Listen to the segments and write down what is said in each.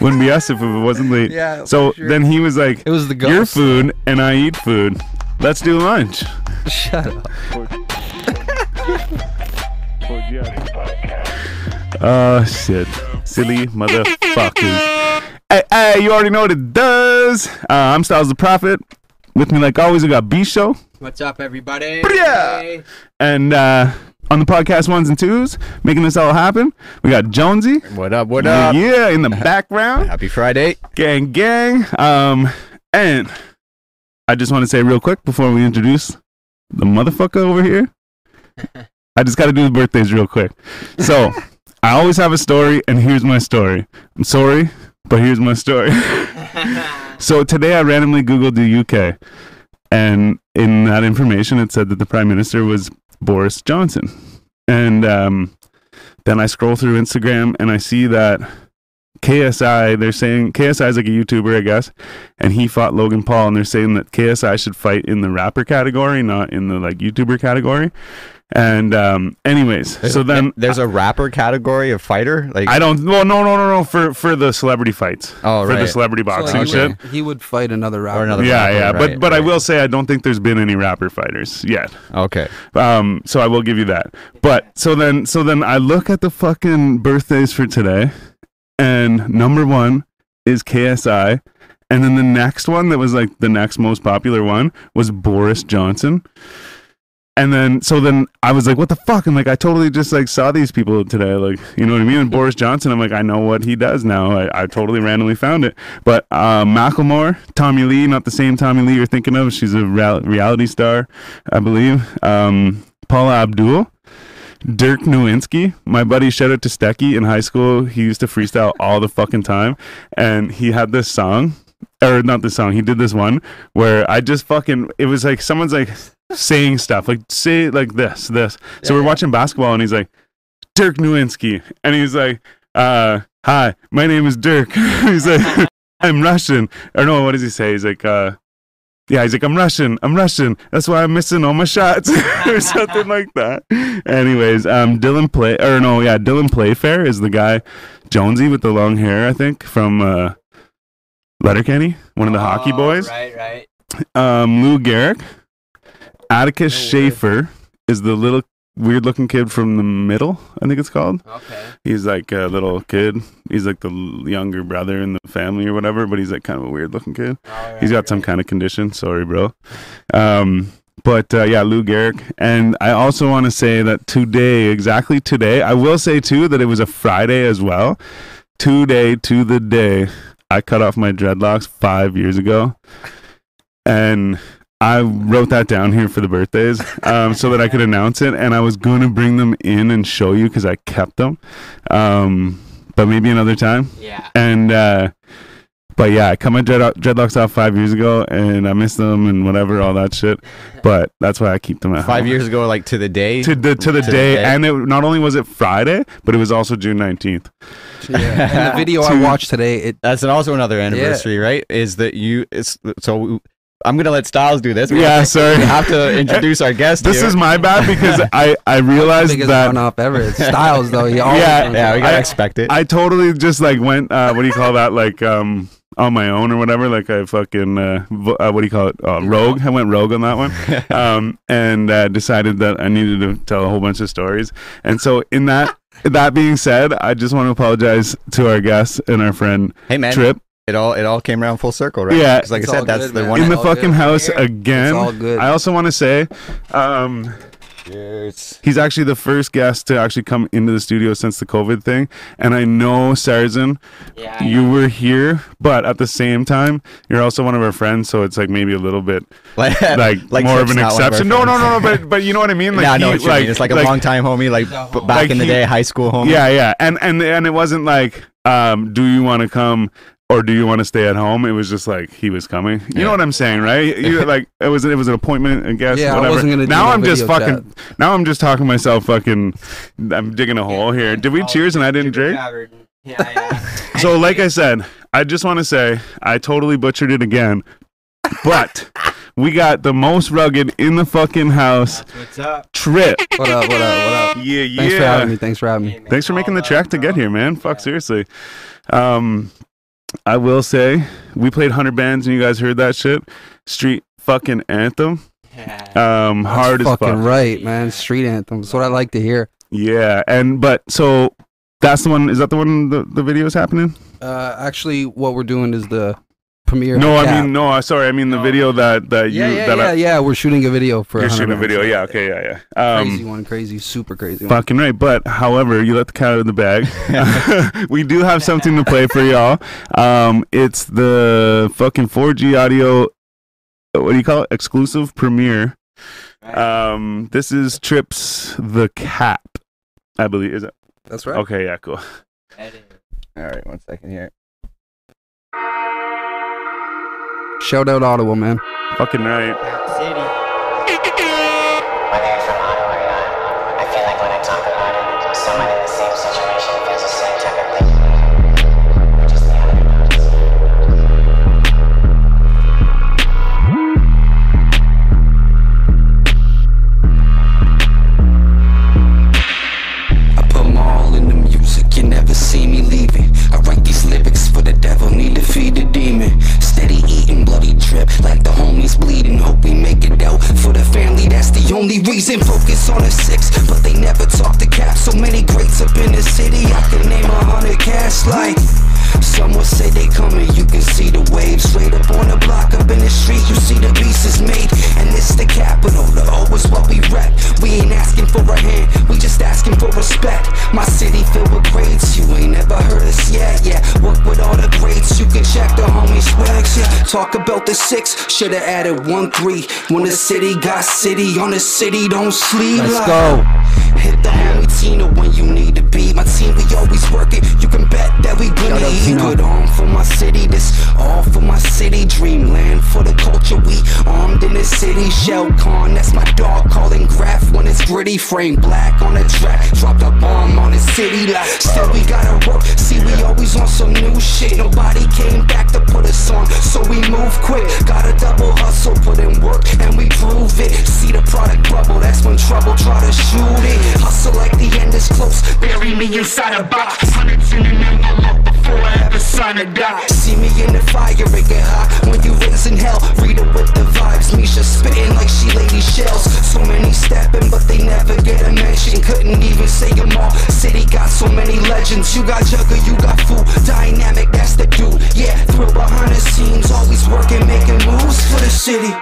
Wouldn't be us if it wasn't late. Yeah, So for sure. then he was like, It was the "Your ghost. food and I eat food. Let's do lunch." Shut up. Oh shit, silly motherfuckers. Hey, hey, you already know what it does. Uh, I'm Styles the Prophet. With me, like always, I got B Show. What's up, everybody? Yeah. And uh, on the podcast ones and twos, making this all happen, we got Jonesy. What up? What Yeah, up? in the background. Happy Friday. Gang, gang. Um, and I just want to say real quick before we introduce the motherfucker over here, I just got to do the birthdays real quick. So I always have a story, and here's my story. I'm sorry, but here's my story. so today I randomly Googled the UK, and in that information, it said that the prime minister was Boris Johnson. And um, then I scroll through Instagram and I see that KSI, they're saying KSI is like a YouTuber, I guess, and he fought Logan Paul, and they're saying that KSI should fight in the rapper category, not in the like YouTuber category. And um, anyways, so then there's a rapper category of fighter. Like I don't. Well, no, no, no, no. For for the celebrity fights, oh for right. the celebrity boxing So, like, shit. he, would, he would fight another rapper. another- Yeah, rapper, yeah. right, but but I right. will say I don't think there's been any rapper fighters yet. okay. Um, so I will give you that. But so then, so then I look at the fucking birthdays for today, and number one is KSI, and then the next one that was like the next most popular one was Boris Johnson. And then, so then I was like, what the fuck? And like, I totally just like saw these people today. Like, you know what I mean? And Boris Johnson, I'm like, I know what he does now. I, I totally randomly found it. But uh, Macklemore, Tommy Lee, not the same Tommy Lee you're thinking of. She's a real reality star, I believe. Um, Paula Abdul, Dirk Nowinski, my buddy, shout out to Stecky in high school. He used to freestyle all the fucking time. And he had this song, or not this song, he did this one where I just fucking, it was like someone's like saying stuff, like say like this, this. So we're watching basketball and he's like, Dirk Nowinski. And he's like, uh, hi, my name is Dirk. he's like, I'm Russian. Or no, what does he say? He's like, uh, yeah, he's like, I'm Russian. I'm Russian. That's why I'm missing all my shots or something like that. Anyways, um, Dylan Play or no, yeah, Dylan Playfair is the guy, Jonesy with the long hair, I think, from uh, Letterkenny, one of the hockey Oh, boys. Right, right. Um, Lou Gehrig, Atticus No way. Schaefer is the little weird-looking kid from the middle. I think it's called. Okay. He's like a little kid. He's like the l- younger brother in the family or whatever, but he's like kind of a weird-looking kid. All right, He's got some right. kind of condition. Sorry, bro. Um, but uh, yeah, Lou Gehrig. And I also want to say that today, exactly today, I will say too that it was a Friday as well. Today, to the day, I cut off my dreadlocks five years ago. And I wrote that down here for the birthdays um, so that I could announce it. And I was going to bring them in and show you because I kept them. Um, but maybe another time Yeah. and uh but yeah, I cut my dread- dreadlocks off five years ago, and I miss them and whatever, all that shit. But that's why I keep them at Five home. years ago, like to the day. to the to the To the day, day. and it not only was it Friday, but it was also June nineteenth. Yeah. And the video I Dude. watched today, it That's an- also another anniversary, right? Is that you? It's so. I'm gonna let Styles do this. We Yeah, sorry. have to introduce our guest. This here. is my bad because I I the realized biggest that run off ever. It's Styles though. He always Yeah, runs yeah. We gotta I- expect it. I totally just like went. Uh, what do you call that? Like um, on my own or whatever. Like I fucking uh, vo- uh what do you call it? Uh, rogue. I went rogue on that one. Um, and uh, decided that I needed to tell a whole bunch of stories. And so in that. That being said, I just want to apologize to our guest and our friend hey man, Trip it all it all came around full circle, right? Yeah. 'Cause like It's I all said, that's good, the man. one. in the It's all fucking good. house It's again. all good. I also want to say, um, He's actually the first guest to actually come into the studio since the COVID thing. And I know, Sarzan, Yeah. you were here, but at the same time, you're also one of our friends. So it's like maybe a little bit like, like, more of Trip's an not one our exception. No, no, friends. no, no. But, but you know what I mean? no, I know he- what you mean. It's like, a long time homie, like b- back Like in the he- day, high school homie. Yeah, yeah. And, and, and it wasn't like, um, do you want to come? Or do you want to stay at home? It was just like he was coming. You Yeah. know what I'm saying, right? You like it was it was an appointment, I guess. Yeah, I whatever. wasn't gonna do now no I'm just video fucking. Now I'm just talking myself fucking. I'm digging a hole here. Did we Oh, cheers and I didn't Jibber drink? jabbered. Yeah, yeah. So, like I said, I just want to say I totally butchered it again, but we got the most rugged in the fucking house That's what's up? trip. What up? What up? What up? Yeah, yeah. Thanks for having me. Thanks for having me. Hey, man, Thanks for all making the love, trek to bro. get here, man. Fuck, Yeah. seriously. Um, I will say we played hundred bands, and you guys heard that shit. Street fucking anthem. Yeah. Um, hard as fucking fuck. right, man. Street anthem. That's what I like to hear. Yeah, and but so that's the one. Is that the one? The the video is happening. Uh, actually, what we're doing is the premiere. no, Yeah. I mean no. I sorry. I mean the No. video that that you yeah, yeah, that yeah, I, yeah. We're shooting a video for. you're 100 shooting a minutes. video. Yeah. Okay. Yeah. Yeah. Crazy Um, one, crazy, super crazy one. Fucking right. But however, you let the cat out of the bag. we do have something to play for y'all. Um, it's the fucking 4G audio. What do you call it? Exclusive premiere. Um, this is Trips the Cap. I believe is it? That's right. Okay. Yeah. Cool. Edit. All right, one second here. Shout out Ottawa, man. Fucking right. Cap City. Whether you're from Ottawa or not, I feel like when I talk about it, someone in the same situation feels the same type of thing. Just the other notice. I put my all in the music, you never see me leaving. I write these lyrics for the devil, need to feed the demon. Steady eating, bloody drip, like the homies bleeding. Hope we make it out for the family, that's the only reason. Focus on the six, but they never talk to cap. So many greats up in the city, I can name a hundred cats like. Someone say they coming, you can see the waves. Straight up on the block, up in the street, you see the beast is made. And it's the capital, the O is what we rep. We ain't asking for a hand, we just asking for respect. My city filled with greats, you ain't never heard us yet. Yeah, work with all the greats, you can check the homie swags. Yeah, talk about the six, should've added one three. When the city got city, on the city don't sleep. Let's like- go. Hit the homie Tina when you need to be. My team, we always working. You can bet that we Shout gonna out eat. Tina. Good on for my city. This all for my city. Dreamland for the culture. We armed in the city. Shell con, that's my dog calling graph when it's gritty. Frame black on the track. Dropped a bomb on the city. Like still we gotta work. See, we always on some new shit. Nobody came back to put us on, so we move quick. Gotta double hustle, put in work, and we prove it. See the product bubble, that's when trouble try to shoot it. Hustle like the end is close, bury me inside a box. Hundreds in an envelope before I ever sign a dot. See me in the fire, it get hot when you raising hell. Read it with the vibes, Misha spitting like she lady shells. So many stepping, but they never get a mention. Couldn't even say them all. City got so many legends. You got Jugger, you got Fool, dynamic, that's the dude. Yeah, thrill behind the scenes, always working, making moves for the city.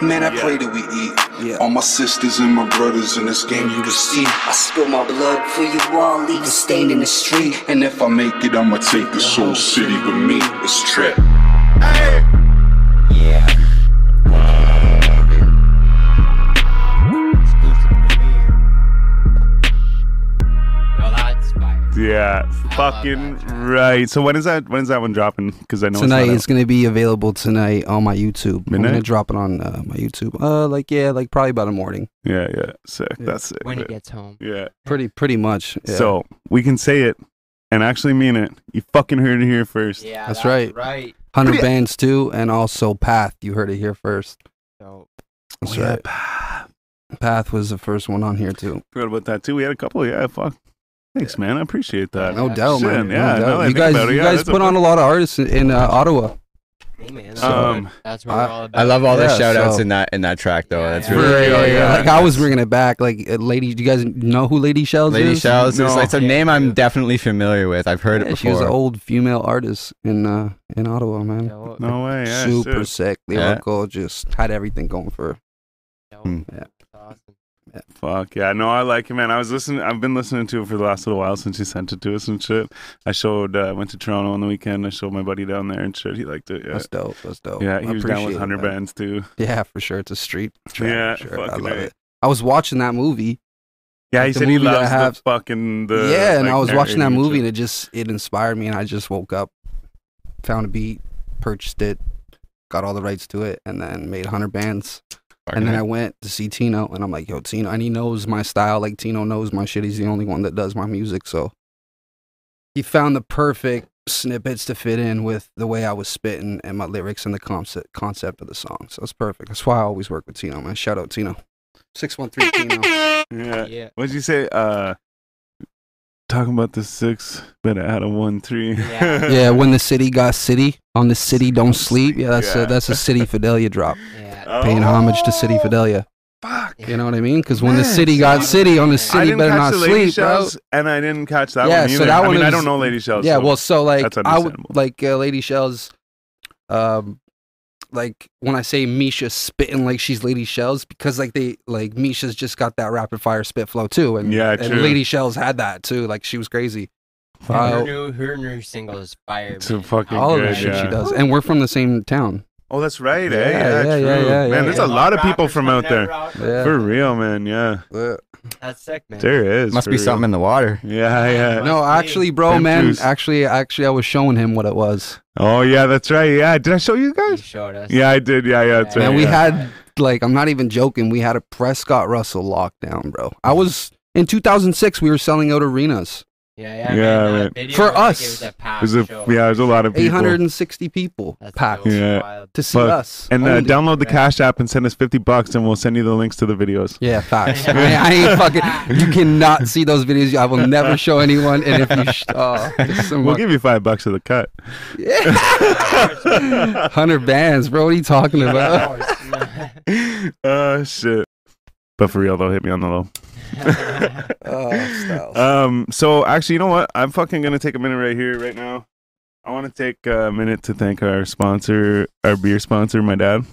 Man, I pray that we eat. All my sisters and my brothers in this game, you deceive. I spill my blood for you all, leave a stain in the street. And if I make it, I'ma take this whole city with me. It's trip. Exclusive premiere. Yo, that's fire. Yeah. Fucking that. right. So when is that? When is that one dropping? Because I know tonight it's not it's gonna be available tonight on my YouTube. I'm gonna Midnight? drop it on uh, my YouTube. Uh, like yeah, like probably about a morning. out. yeah. Yeah. Sick. That's sick. When he man. gets home. Yeah. Pretty pretty much. Yeah. So we can say it and actually mean it. You fucking heard it here first. Yeah, That's right. Right. hundred bands too, and also Path. You heard it here first. So, That's Oh, yeah, right. Path was the first one on here too. Forgot about that too. We had a couple. Yeah, fuck. Thanks, man. I appreciate that. No Yeah, doubt, shit, man. No yeah, now doubt. that I You think guys, about it, you yeah, guys that's a put on a lot of artists in, in uh, Ottawa. hey, man. That's, Um, what- that's what we're all about. I love all the Yeah, shout outs so- in that in that track though. Yeah, That's yeah. really Yeah, yeah, yeah. Like I was bringing it back. Like uh, Lady, do you guys know who Lady Shells Lady is? Shells. It's, No. it's a name I'm definitely familiar with. I've heard it Yeah, before. she was an old female artist in uh, in Ottawa, man. Yo, No way. Yeah, Super shit. sick Yeah. lyrical, just had everything going for her. yo, Hmm. Yeah. that's awesome. Fuck yeah. No, I like it, man. I was listening. I've been listening to it for the last little while since you sent it to us and shit. I showed. uh, I went to Toronto on the weekend. I showed my buddy down there and shit. He liked it. Yeah. That's dope. That's dope. Yeah, I he was down appreciate with it, Hunter man. Bands too. Yeah, for sure. It's a street track. Yeah, for sure. I fucking love A. it. I was watching that movie. Yeah, Like he the said he movie that I loves have- the fucking the. yeah, and like, I was watching that narrator movie, shit. and it just it inspired me, and I just woke up, found a beat, purchased it, got all the rights to it, and then made hundred bands. Fucking And then hell. I went to see Tino, and I'm like, "Yo, Tino!" And he knows my style. Like Tino knows my shit. He's the only one that does my music, so he found the perfect snippets to fit in with the way I was spitting and my lyrics and the concept concept of the song. So it's perfect. That's why I always work with Tino, man. Shout out Tino, six one three Tino. Yeah. Yeah. What'd you say? Uh, t- talking about the six, but out of one three. Yeah. yeah, when the city got city on the city don't sleep. Yeah, that's Yeah. a that's a city Fidelia drop. Yeah. Oh, Paying homage to city Fidelia. Fuck. Yeah. You know what I mean? Because when the Nice. city got city on the I city didn't better catch not the Lady sleep, bro. Shells, and I didn't catch that Yeah, one so either. that I one mean, I is- don't know Lady Shells. Yeah, so- well, so like That's I would understandable. like uh, Lady Shell's, um, like when I say Misha spitting like she's Lady Shell's because like they like Misha's just got that rapid fire spit flow too, and yeah, and true. Lady Shell's had that too. Like she was crazy. Her, Uh, new, her new single is fire. It's a man. fucking all of good, the shit yeah. she does, and we're from the same town. oh, that's right. eh? Yeah, Yeah, yeah, true. yeah, yeah, yeah. man, there's a All lot of people rappers from coming out there. rock. Yeah. For real, man. Yeah, That's sick, man. there is. Must for be real. something in the water. Yeah, yeah. No, actually, bro, Pimp man, juice. actually, actually, I was showing him what it was. Oh, yeah, that's right. Yeah, did I show you You guys? showed us. Yeah, I did. Yeah, yeah, that's Man, right. And we yeah. had like, I'm not even joking. We had a Prescott Russell lockdown, bro. I was in 2006. We were selling out arenas, Yeah, Yeah, yeah. man, that right. video, For like, us. It was a It packed was a, show. yeah, there's a lot of people. 860 people That's packed dope. Yeah. Wild. to see Fuck. us. And uh, only. download the right? Cash App and send us 50 bucks, and we'll send you the links to the videos. Yeah, facts. I, mean, I ain't fucking. You cannot see those videos. I will never show anyone. And if you, sh- oh, it's so We'll much- give you five bucks of the cut. hundred bands, bro. What are you talking about? Oh, shit. But for real, though, hit me on the low. Oh, Styles. Um, so actually, you know what? I'm fucking gonna take a minute right here, right now. I want to take a minute to thank our sponsor, our beer sponsor, my dad.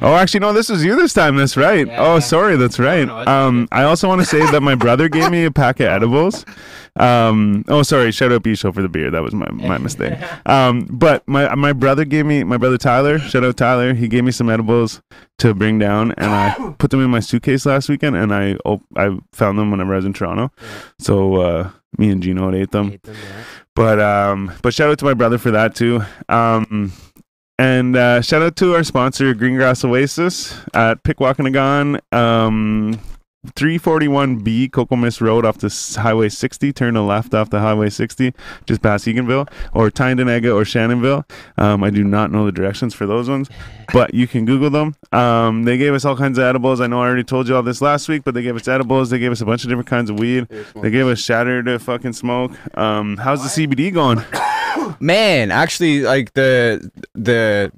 Oh, actually, no, this was you this time. That's right. Yeah. Oh, sorry, that's right. No, no, it's Um, I also want to say that my brother gave me a pack of edibles. Um, oh, sorry, shout out Bisho for the beer. That was my my mistake. Um, but my my brother gave me my brother Tyler. Shout out Tyler. He gave me some edibles to bring down, and I put them in my suitcase last weekend, and I op- I found them whenever I was in Toronto. So uh, me and Gino had ate them. Hate them, yeah. But um, but shout out to my brother for that too. Um, and uh, shout out to our sponsor, Greengrass Oasis at Pickwalkinagon, um, 341B Cocomis Road off the s- Highway 60. Turn to left off the Highway 60, just past Eganville, or Tyndonega or Shannonville. Um, I do not know the directions for those ones, but you can Google them. Um, they gave us all kinds of edibles. I know I already told you all this last week, but they gave us edibles. They gave us a bunch of different kinds of weed. They gave us shatter to fucking smoke. Um, how's the CBD going? Man, actually, like the the.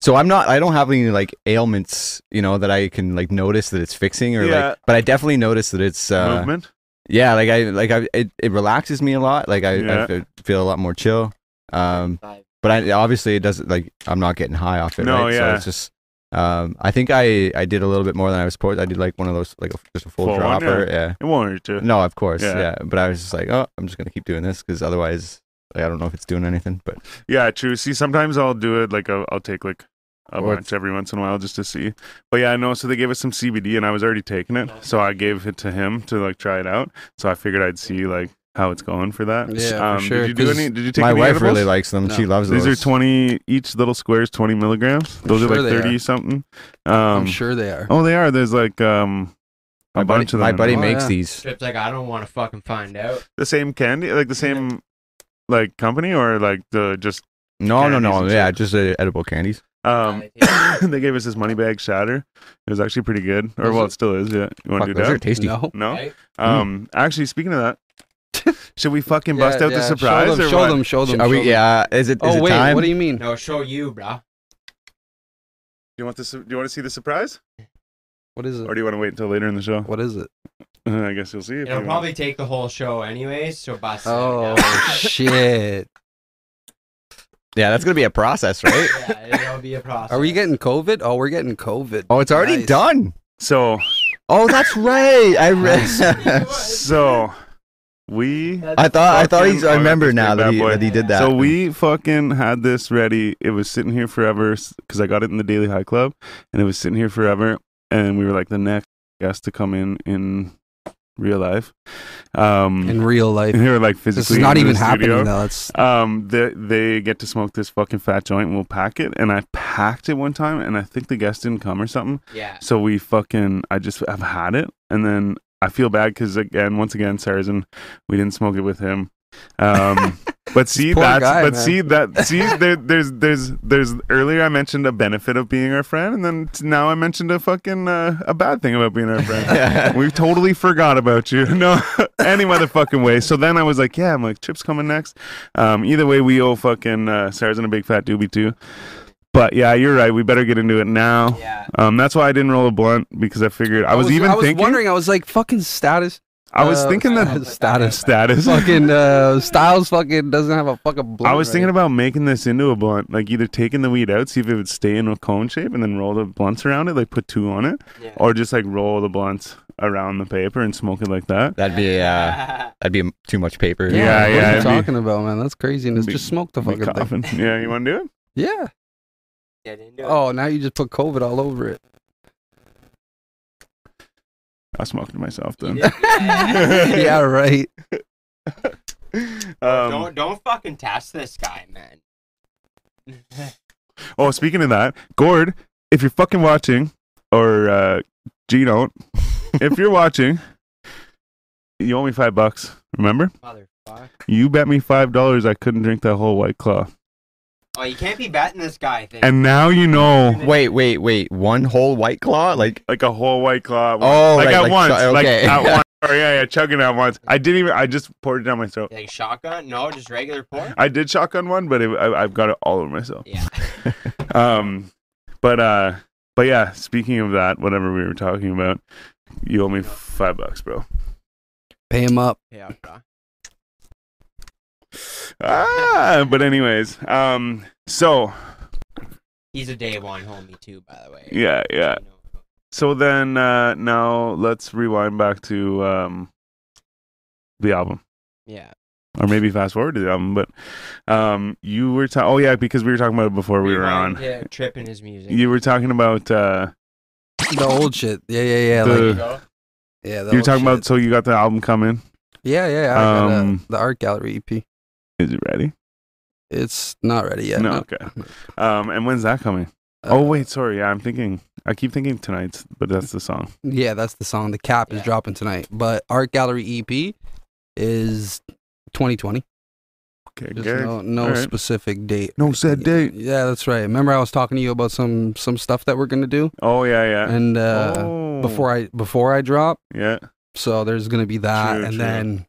So I'm not. I don't have any like ailments, you know, that I can like notice that it's fixing or Yeah. like. But I definitely notice that it's uh, Movement. Yeah, like I like I it, it relaxes me a lot. Like I, Yeah. I fe- feel a lot more chill. Um, Vibe. but I obviously it doesn't like I'm not getting high off it. No, right? yeah. So it's just um, I think I I did a little bit more than I was supposed. I did like one of those like a, just a full, Full one, dropper. yeah. It wanted to. No, of course. Yeah. Yeah. But I was just like, oh, I'm just gonna keep doing this because otherwise. Like, I don't know if it's doing anything, but Yeah, true. See, sometimes I'll do it like I'll, I'll take like a Or- bunch every once in a while just to see. But yeah, I know. So they gave us some CBD, and I was already taking it, so I gave it to him to like try it out. So I figured I'd see like how it's going for that. Yeah, for um, sure, Did you do 'cause any? Did you take my any wife edibles? really likes them. No. She loves These are those. twenty each. Little squares, twenty milligrams. Those are sure like they are. thirty something. Um, I'm sure they are. Oh, they are. There's like um a My buddy, bunch of them. my buddy Oh, makes yeah. these. Trip's like, I don't want to fucking find out. the same candy, like the same like company or like the just No, no, no. Candies and Yeah, shit. just uh, edible candies. um. Yeah, they gave us this money bag shatter. It was actually pretty good, or Those well, are- it still is. Yeah, you want Fuck, to do those are that? tasty. No. No. Right? Um, actually, speaking of that, should we fucking bust Yeah, out yeah, the surprise Show them, or show what? them, show them. Are show we? them. Uh, Yeah. Is it? Is Oh it wait, time? what do you mean? No, show you, bro. Do you want this? Do you want to see the surprise, What is it? or do you want to wait until later in the show? What is it? Uh, I guess you'll see. if It'll you want. probably take the whole show anyways, so bust it Oh out now. shit! Yeah, that's gonna be a process, right? yeah, it'll be a process. Are we getting COVID? Oh, we're getting COVID. oh, it's already Nice. done. So, Oh, that's right. I read. so we. I thought. I thought he's. Fucking- I remember this now big that bad he, boy. that he did that. So we fucking had this ready. It was sitting here forever because I got it in the Daily High Club, and it was sitting here forever. And we were like the next guest to come in in real life. Um, in real life. and they were like physically. This is not in the even happening studio. though. It's Um, they they get to smoke this fucking fat joint, and we'll pack it. And I packed it one time, and I think the guest didn't come or something. Yeah. So we fucking, I just have had it, and then I feel bad because again, once again, Sarazen, we didn't smoke it with him. Um, but see poor that's guy, but man. see that see there, there's there's there's earlier I mentioned a benefit of being our friend, and then t- now I mentioned a fucking uh, a bad thing about being our friend. we totally forgot about you. No, any motherfucking way. So then I was like, yeah, I'm like, Chip's coming next. Um, either way, we owe fucking uh, Sarah's a big fat doobie too. But yeah, you're right. We better get into it now. Yeah. Um, that's why I didn't roll a blunt because I figured I was, even I was thinking. wondering. I was like, fucking status. I was uh, thinking that status. status. fucking uh, Styles fucking doesn't have a fucking. I blunt was right thinking about making this into a blunt, like either taking the weed out, see if it would stay in a cone shape, and then roll the blunts around it, like put two on it, Yeah. or just like roll the blunts around the paper and smoke it like that. That'd be uh, that'd be too much paper. Yeah, yeah, What are you it'd be- talking about, man? That's craziness. Be- Just smoke the Be fucking thing. coughing. Yeah, you want to do it? Yeah. Yeah, Um, didn't do it. Oh, now you just put COVID all over it. I smoked it myself then. yeah, right. Um, don't don't fucking test this guy, man. oh, speaking of that, Gord, if you're fucking watching, or uh, G don't, if you're watching, you owe me five bucks. Remember, Motherfucker. you bet me five dollars I couldn't drink that whole white claw, Oh, you can't be batting this guy thing. and now you know. Wait, wait, wait. One whole white claw? Like Oh. like a whole white claw. at once. Oh, like right, at like once, chug- like okay. at once. Or yeah, yeah, chugging at once. I didn't even. I just poured it down my throat. like shotgun? No, just regular pork. I did shotgun one, but it, I, I've got it all over myself. Yeah. Um, but uh, but yeah. Speaking of that, whatever we were talking about, you owe me five bucks, bro. Pay him up. Yeah, bro. Ah, but anyways, um, so He's a day one homie too, by the way. yeah, yeah. You know. So then uh, now let's rewind back to um, the album. Yeah. Or maybe fast forward to the album, but um, you were ta- oh yeah, because we were talking about it before we were on. Rewind to Trip and his music. You were talking about uh The old shit. Yeah, yeah, yeah. The- like, There you uh, go. yeah. The you were old talking shit. about so you got the album coming. Yeah, yeah. I got, uh, Um, the art gallery EP. Is it ready? It's not ready yet. No, okay. Um and when's that coming? Uh, oh wait, sorry. Yeah, I'm thinking I keep thinking tonight's, but that's the song. Yeah, that's the song. The cap is Yeah. dropping tonight, but art gallery EP is 2020. Okay, Just good. no, no Alright. specific date. No set date. Yeah, that's right. Remember, I was talking to you about some some stuff that we're gonna do, Oh yeah, yeah. and uh, oh, before I before I drop, yeah. so there's gonna be that, True, and true. then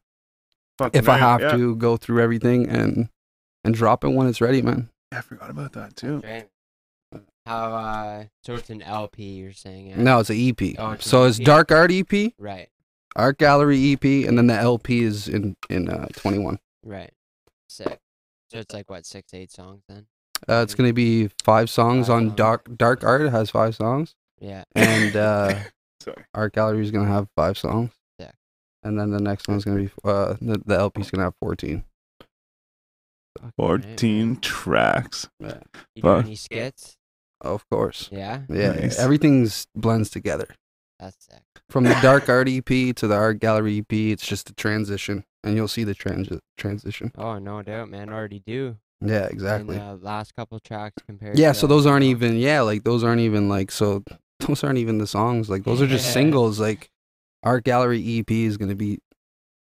Fucking if I right, have yeah. to go through everything and and drop it when it's ready, man. I forgot about that too. Right. How uh so it's an LP you're saying yeah? No, it's an EP. Oh, it's an so it's EP. dark art E EP, Right, art gallery EP, and then the LP is in in uh, 21. right. Sick. So it's like what, six, eight songs then? Uh, it's gonna be five songs Five on songs. dark dark art It has five songs, Yeah. and uh, Sorry. art gallery is gonna have five songs. Yeah. And then the next one's gonna be uh the, the LP's gonna have 14. Fucking right, man. 14 tracks. You do fuck. any skits? Of course. Yeah. Yeah, Nice. everything's blends together. That's sick. From the dark art EP to the art gallery EP, it's just a transition, and you'll see the transi- transition. Oh no doubt, man. Already do. Yeah, And exactly. the last couple tracks compared. Yeah, to so those aren't what- even yeah, like those aren't even like so those aren't even the songs. Like those are just Yeah. singles. Like art gallery EP is gonna be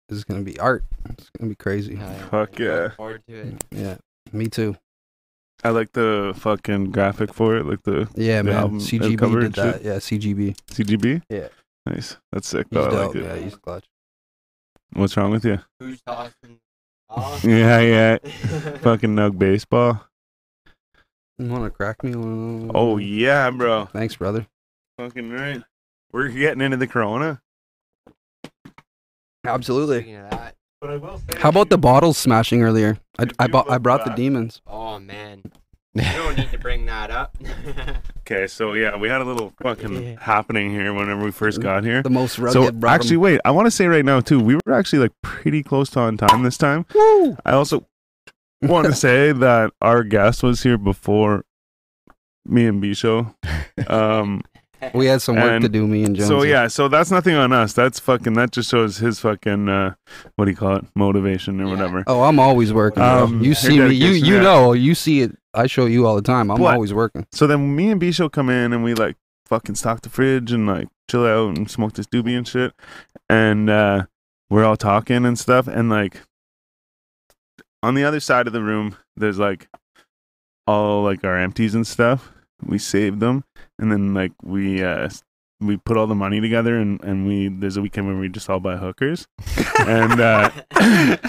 is gonna be art. It's gonna be crazy. Hell yeah, Fuck man. Looking yeah. Forward to it. Yeah, me too. I like the fucking graphic for it, like the Yeah, The man. album CGB cover did and that. Yeah, CGB. CGB. Yeah. Nice. That's sick. He's Though. I dope. like it. yeah, he's clutch. What's wrong with you? Who's tossing? Oh. Yeah, yeah. fucking nug baseball. You wanna crack me? one? Oh yeah, bro. Thanks, brother. Fucking right. We're getting into the corona. Absolutely. Speaking of that. But I will say How about the bottles smashing earlier? I, If I you bought I look brought the back- demons. Oh man. You don't need to bring that up. Okay, so yeah, we had a little fucking Yeah. happening here whenever we first got here. The most rugged. So brought 'em. actually wait, I want to say right now too, we were actually like pretty close to on time this time. Woo! I also want to say that our guest was here before me and B show. Um we had some work to And do. Me and Jones. so yeah, so that's nothing on us. That's fucking that just shows his fucking uh what do you call it? Motivation or Yeah. whatever. Oh, I'm always working. bro. Um, you your see me. You dedication, you yeah. know. You see it. I show you all the time. I'm But- always working. So then me and Bisho come in and we like fucking stock the fridge and like chill out and smoke this doobie and shit. And uh, we're all talking and stuff. And like on the other side of the room, there's like all like our empties and stuff. We saved them. And then like we uh, we put all the money together and and we there's a weekend where we just all buy hookers, and uh,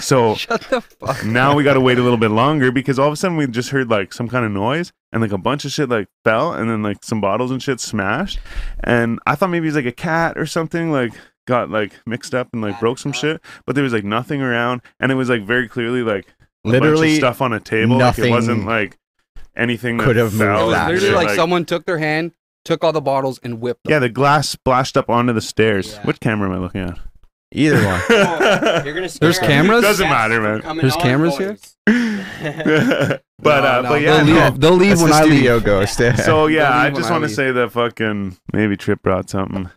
so Shut the fuck. now we got to wait a little bit longer because all of a sudden we just heard like some kind of noise and like a bunch of shit like fell and then like some bottles and shit smashed and i thought maybe it was like a cat or something like got like mixed up and like broke some shit but there was like nothing around and it was like very clearly like a bunch of Literally, stuff on a table like nothing it wasn't like anything that could have moved fell It was that and literally shit, like, someone took their hand, took all the bottles, and whipped them. yeah the glass splashed up onto the stairs Yeah. what camera am i looking at either one. You're gonna scare There's cameras? Doesn't matter, man. There's There's cameras here? but No, uh no, but yeah no. they'll leave, they'll leave That's when the I leave. studio ghost. So yeah, Don't I leave when just I want to leave. say that fucking maybe Trip brought something.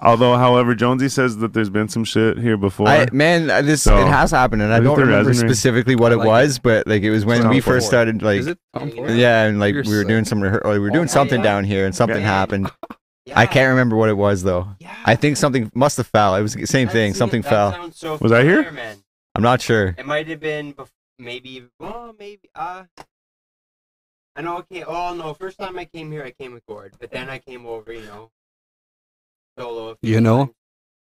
Although, however, Jonesy says that there's been some shit here before. I, man, I- this So, it has happened, and I look at don't the remember resume. specifically what I it like was, but like it was when Tom we Ford. first started, like Is it? Tom Ford? yeah, and like You're Oh, we were sick. doing some rehearsal, we were doing yeah, something yeah. down here, and something Yeah. happened. I can't remember what it was though. I think something must have fell. It was the same thing. Something fell. So Was I here? familiar, man. I'm not sure. It might have been bef- maybe. Well, maybe. Uh, I know. Okay. Oh no! First time I came here, I came with Gord, but then I came over. You know, solo. a few You know?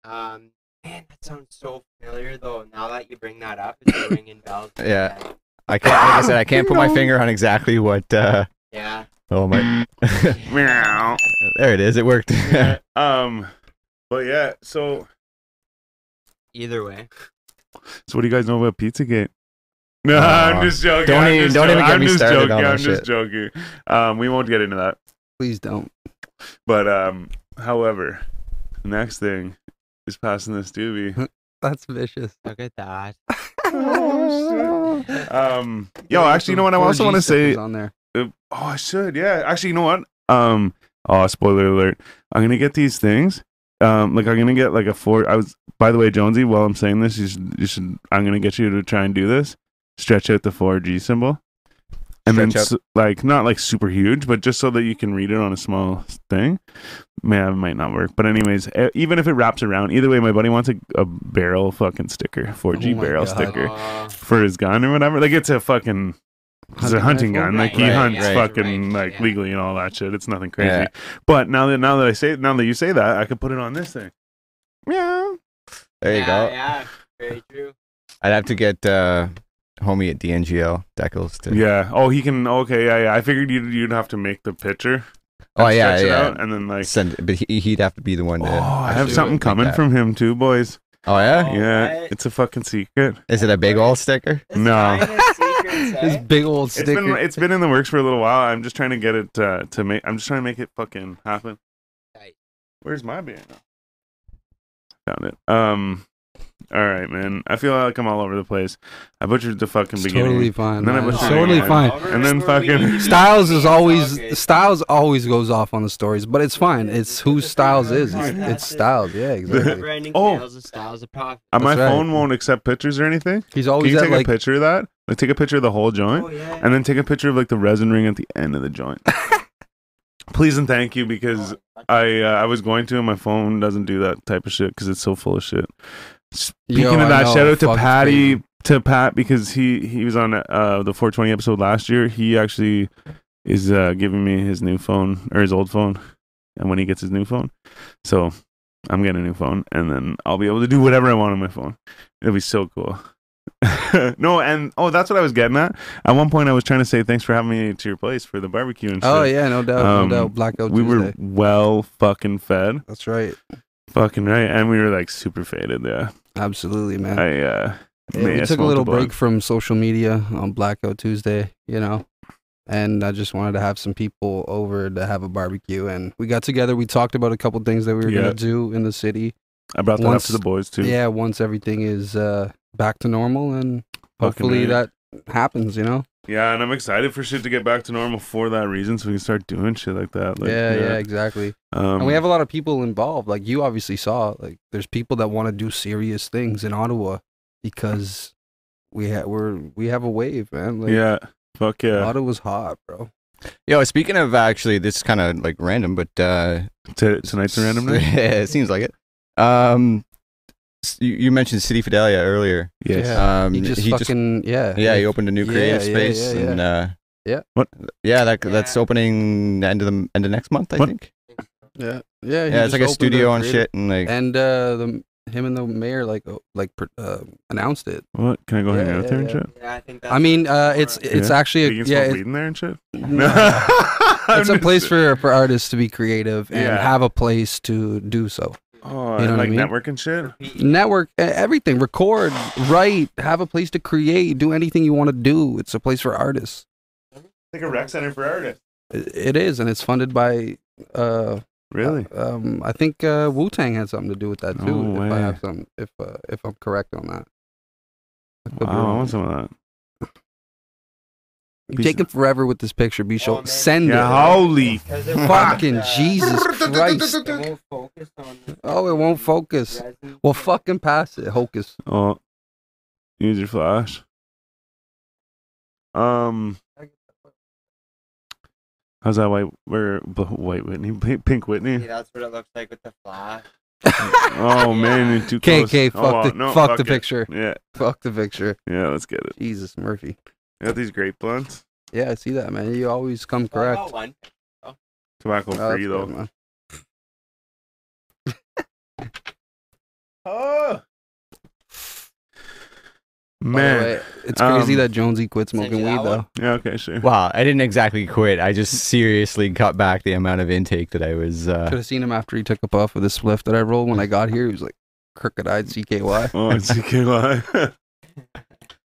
times. Um, man, that sounds so familiar though. Now that you bring that up, it's ringing bells. in my Yeah. head. I can't. Like I said, I can't put my finger on exactly what. uh Yeah. Oh my! Meow. there it is. It worked. um, but yeah. So, Either way. so what do you guys know about PizzaGate? No, Uh, I'm just joking. don't I'm even- just don't joking. even get I'm me just started joking. on I'm that just joking. Um, we won't get into that. Please don't. But um, however, the next thing is passing this doobie. That's vicious. Look at that. Oh, shit. Um, yo, actually, you know what? I also want to say on there. Uh, oh, I should. Yeah. Actually, you know what? Um. Oh, spoiler alert. I'm gonna get these things. Um. Like I'm gonna get like a four. I was. By the way, Jonesy. While I'm saying this, you should. You should. I'm gonna get you to try and do this. Stretch out the four G symbol. And then, Stretch s like, not like super huge, but just so that you can read it on a small thing. Man, it might not work. But, anyways, e- even if it wraps around, either way, my buddy wants a, a barrel fucking sticker, 4G Oh my barrel God. sticker Oh. for his gun or whatever. Like, it's a fucking it's a hunting gun. Like he Right, hunts right, fucking right, like yeah. legally and all that shit. It's nothing crazy. Yeah. But now that now that I say now that you say that, I could put it on this thing. Yeah. there you yeah, go. Yeah. Very true. I'd have to get uh homie at DNGL Deckles to. Yeah. Oh, he can. Okay. Yeah. Yeah. I figured you'd you'd have to make the picture. Oh and yeah, stretch it yeah. out, and then like. Send, but he, he'd have to be the one Oh, to. I have actually something make coming that. from him too, boys. Oh yeah. Oh, yeah, what? it's a fucking secret. Is it a big old sticker? This No. kind of secrets, This eh? big old It's sticker. been it's been in the works for a little while. I'm just trying to get it uh, to make. I'm just trying to make it fucking happen. Tight. Where's my beer? Found it. Um. All right, man. I feel like I'm all over the place. I butchered the fucking It's beginning. totally fine. Then I man. was It's trying totally to- fine. Over And then where we fucking- need to be. Styles It's is all always good. Styles always goes off on the stories, but it's fine. It's who Styles is. It's, it's Styles. Yeah, Remember exactly. ending Oh. Tales of Styles of Prophet. Uh, my That's right. phone won't accept pictures or anything. He's Can always you at take like a picture of that? Like, take a picture of the whole joint, Oh, yeah. and then take a picture of like the resin ring at the end of the joint. Please and thank you, because I uh, I was going to, and my phone doesn't do that type of shit because it's so full of shit. Speaking Yo, of I that, know, shout out to fuck, it's Patty crazy. to Pat because he he was on uh the 420 episode last year. He actually is uh giving me his new phone or his old phone, and when he gets his new phone, so I'm getting a new phone, and then I'll be able to do whatever I want on my phone. It'll be so cool. no, and oh, that's what I was getting at. At one point, I was trying to say thanks for having me to your place for the barbecue and shit. Oh yeah, no doubt, Um, no doubt. Blackout we Tuesday. were well fucking fed, That's right. fucking right, and we were like super faded. Yeah, Absolutely, man. I uh, Yeah, may we I took smoked a little blunt. break from social media on Blackout Tuesday, you know, and I just wanted to have some people over to have a barbecue. And we got together. We talked about a couple things that we were Yeah. gonna do in the city. I brought that Once- up to the boys too. Yeah, once everything is uh, back to normal, and Fucking hopefully right. that happens. You know. Yeah, and I'm excited for shit to get back to normal for that reason, so we can start doing shit like that. Like, yeah, yeah, exactly. Um, and we have a lot of people involved. Like you obviously saw, like there's people that want to do serious things in Ottawa because we ha- we're we have a wave, man. Like, yeah, fuck uh, yeah. Ottawa's hot, bro. Yo, speaking of actually, this is kind of like random, but uh, T- tonight's a random night. yeah, it seems like it. Um, s- you, you mentioned City Fidelia earlier. Yes. Yeah. Um, he just fucking yeah. yeah, he opened a new Yeah, creative yeah, space yeah, yeah. and uh, Yeah. What? Yeah, that that's Yeah. opening the end of the end of next month, I What? think. Yeah, yeah, he Yeah, it's just like a opened studio the and creative- shit, and like And uh, the him and the mayor like uh, like pr- uh, announced it. What? Can I go hang Yeah, out yeah, there and yeah. shit? Yeah, I think that's. I mean, uh, it's it's Yeah. actually a, you can yeah, smoke it- weed in there and shit. no, it's a place for for artists to be creative and Yeah. have a place to do so. oh, you know and, what I like mean? network and shit. Network e- everything, record, write, have a place to create, do anything you want to do. It's a place for artists. Like a rec center for artists. It, it is, and it's funded by. Uh, Really? um, I think uh, Wu Tang had something to do with that too. No if way. I have some, if uh, if I'm correct on that. I could be Wow, I wrong. want some of that. You're Piece taking forever with this picture, Oh, Bisho. man. Send Yeah, it. holy. Fucking Jesus It Christ. won't focus on the Oh, it won't focus. resin. Well, fucking pass it, Hocus. Oh, use your flash. Um, how's that white? Where bu- white Whitney, Pink, pink Yeah, Whitney? that's what it looks like with the flash. Oh man, you're too close. KK, Oh, fuck well, the no, fuck, the it. picture. Yeah, Fuck the picture. yeah, let's get it. Jesus Murphy. You got these grape blunts, Yeah, I see that, man. You always come Well, I correct. got one. tobacco Oh, free that's though. good, man. Oh By the man, way, it's crazy um, that Jonesy quit smoking you weed that though. yeah, okay, sure. wow, I didn't exactly quit. I just seriously cut back the amount of intake that I was. Could Uh, have seen him after he took a puff of the spliff that I rolled when I got here. He was like crooked-eyed CKY. Oh, it's a good lie.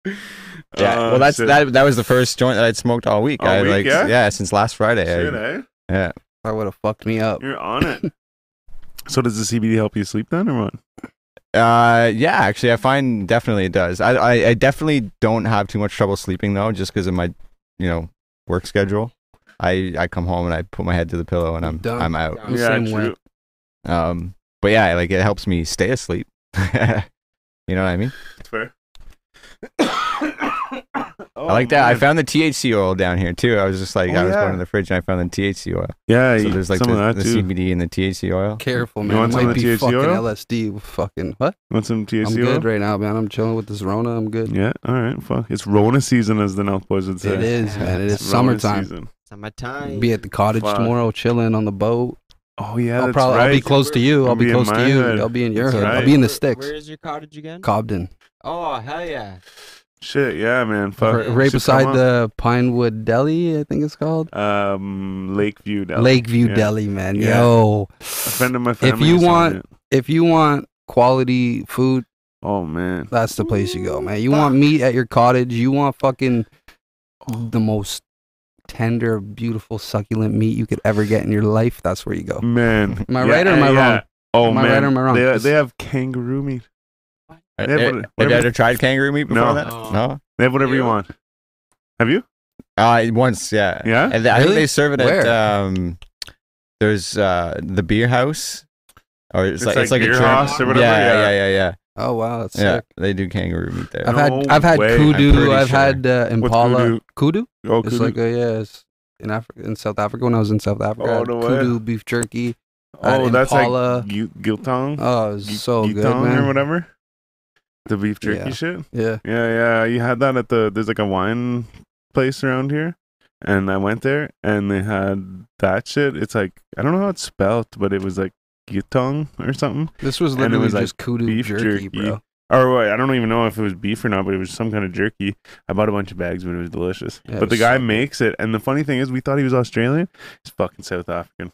yeah, Oh, well, that's shit. that. That was the first joint that I'd smoked all week. All I week, like, yeah? since last Friday. I- Shit, eh? yeah. That would have fucked me up. You're on it. so does the CBD help you sleep then, or what? Uh, yeah, actually, I find definitely it does. I, I, I definitely don't have too much trouble sleeping though, just because of my, you know, work schedule. I, I come home and I put my head to the pillow and I'm Done. I'm out. I'm the same way. Um, but yeah, like it helps me stay asleep. you know what I mean? It's fair. Oh, I like that. I found the THC oil down here too. I was just like, Oh, I was yeah. going to the fridge and I found the THC oil. yeah, so you- there's like some the, of that the too. CBD and the THC oil. Careful, You man. want It some might of the be THC fucking oil? LSD. Fucking what? Want some THC I'm oil? good right now, man. I'm chilling with this Rona. I'm good. Yeah. All right. Fuck. It's Rona season, as the North Boys would say. It is, man. It is It's Rona summertime. season. Summertime. Be at the cottage Fuck. tomorrow, chilling on the boat. Oh yeah, I'll that's probably right. I'll be close to you. I'll I'll, be be in close my to you. hood. I'll be in your That's hood. right. I'll be in the Where- sticks. Where is your cottage again? Cobden, Oh hell yeah! Shit. Yeah, man. Fuck. right, You right should beside come the Pinewood Deli, I think it's called up. um Lakeview. Deli. Lakeview Yeah. Deli, man. Yeah. Yo, A friend of my family. you is on want- it. if you want quality food, Oh man. that's the place you go, man. You want meat at your cottage. You want fucking the most tender, beautiful, succulent meat you could ever get in your life. That's where you go. Man. Am I right or am I wrong? Oh Am I man. right or am I wrong? They, This- they have kangaroo meat. Uh, Yeah, uh, but- have you ever tried kangaroo meat before No. Oh. that? No. No. They have whatever you Yeah. want. Have you? Uh, once, yeah. Yeah? And th- I think Really? they serve it Where? at um, there's uh the beer house, or it's, It's like, it's like like beer a drink. house or whatever, Yeah, yeah. yeah, yeah, yeah. Oh wow, that's yeah. sick. They do kangaroo meat there. I've had No I've had way. I'm kudu. pretty I've sure. had uh, impala. kudu? kudu? Oh, It's kudu. like a, yeah, it's in Africa, in South Africa. When I was in South Africa, Oh, I had no way. kudu beef jerky. I had oh, that's Impala. like gu- Giltong. Oh, it was Gu- so good, Gutong man. or whatever. The beef jerky Yeah. shit. Yeah, Yeah, yeah. You had that at the there's like a wine place around here, and I went there and they had that shit. It's like I don't know how it's spelled, but it was like Gutong or something. this was And it literally was, like, just kudu beef jerky, jerky. bro. Or wait, I don't even know if it was beef or not, but it was some kind of jerky. I bought a bunch of bags, but it was delicious. Yeah, it but the was guy so good. makes it, and the funny thing is, we thought he was Australian. He's fucking South African.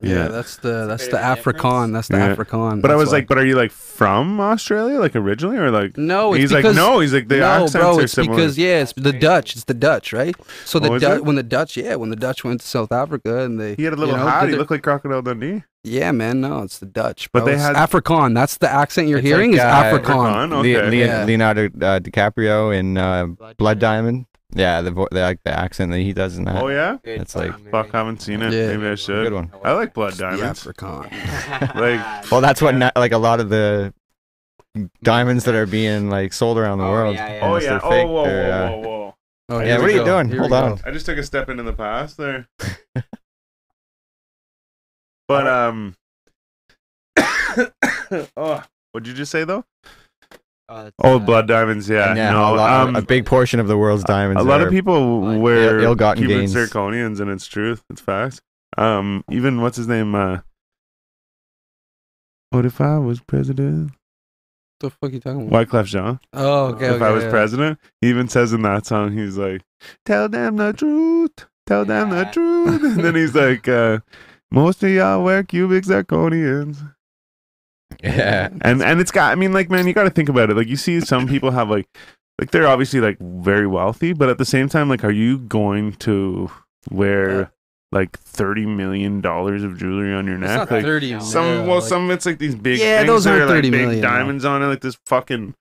Yeah, Yeah. that's the that's bit the of a difference. Afrikaan. That's the Yeah. Afrikaan. But I That's was why- like, but are you like from Australia, like originally, or like? no, it's he's because, like, no, he's like the no, accents bro, are it's similar. because yeah, it's the Dutch. It's the Dutch, right? So the Oh, is Dutch, it? when the Dutch, yeah, when the Dutch went to South Africa and they, he had a you little know, hat. did He it- looked like Crocodile Dundee. yeah, man, no, it's the Dutch. But Bro. they it's had- Afrikaan. That's the accent you're It's hearing like, is uh, Afrikaan. Afrikaan, Le- okay. Le- Yeah. Leonardo uh, DiCaprio in uh, Blood Blood Diamond. Diamond. Yeah, the, vo- the like the accent that he does in that. Oh yeah, Good It's fucking like- movie. fuck, haven't seen it. Yeah. Maybe I should. Good one. I like Blood It's the Diamonds. Afrikaan. Like- Well, that's what na- like a lot of the diamonds that are being like sold around the Oh, world. yeah, yeah. unless they're fake, they're, uh, whoa, whoa. Oh, Yeah, here what we are you go. doing? Here Hold we go. on. I just took a step into the past there. but um Oh, what'd you just say though? Oh, it's Oh, bad. blood diamonds, yeah. and yeah, no, a, lot, um, a big portion of the world's diamonds. a lot are- of people Blood. wear Ill- ill-gotten Cuban gains. zirconians and it's truth, it's facts. Um, even what's his name? Uh, what if I was president? the fuck you talking about? Wyclef Jean. Oh, okay. if okay, I was yeah. president, he even says in that song, he's like, "Tell them the truth, tell them the Yeah. truth," and then he's like, uh, "Most of y'all wear cubic zirconians." Yeah. and and it's got i mean like man you got to think about it like you see some people have like like they're obviously like very wealthy but at the same time like are you going to wear like 30 million dollars of jewelry on your It's neck not like 30 now. some Yeah, well like- some of it's like these big Yeah, things those that aren't are, like, 30 big million, though. diamonds on it like this fucking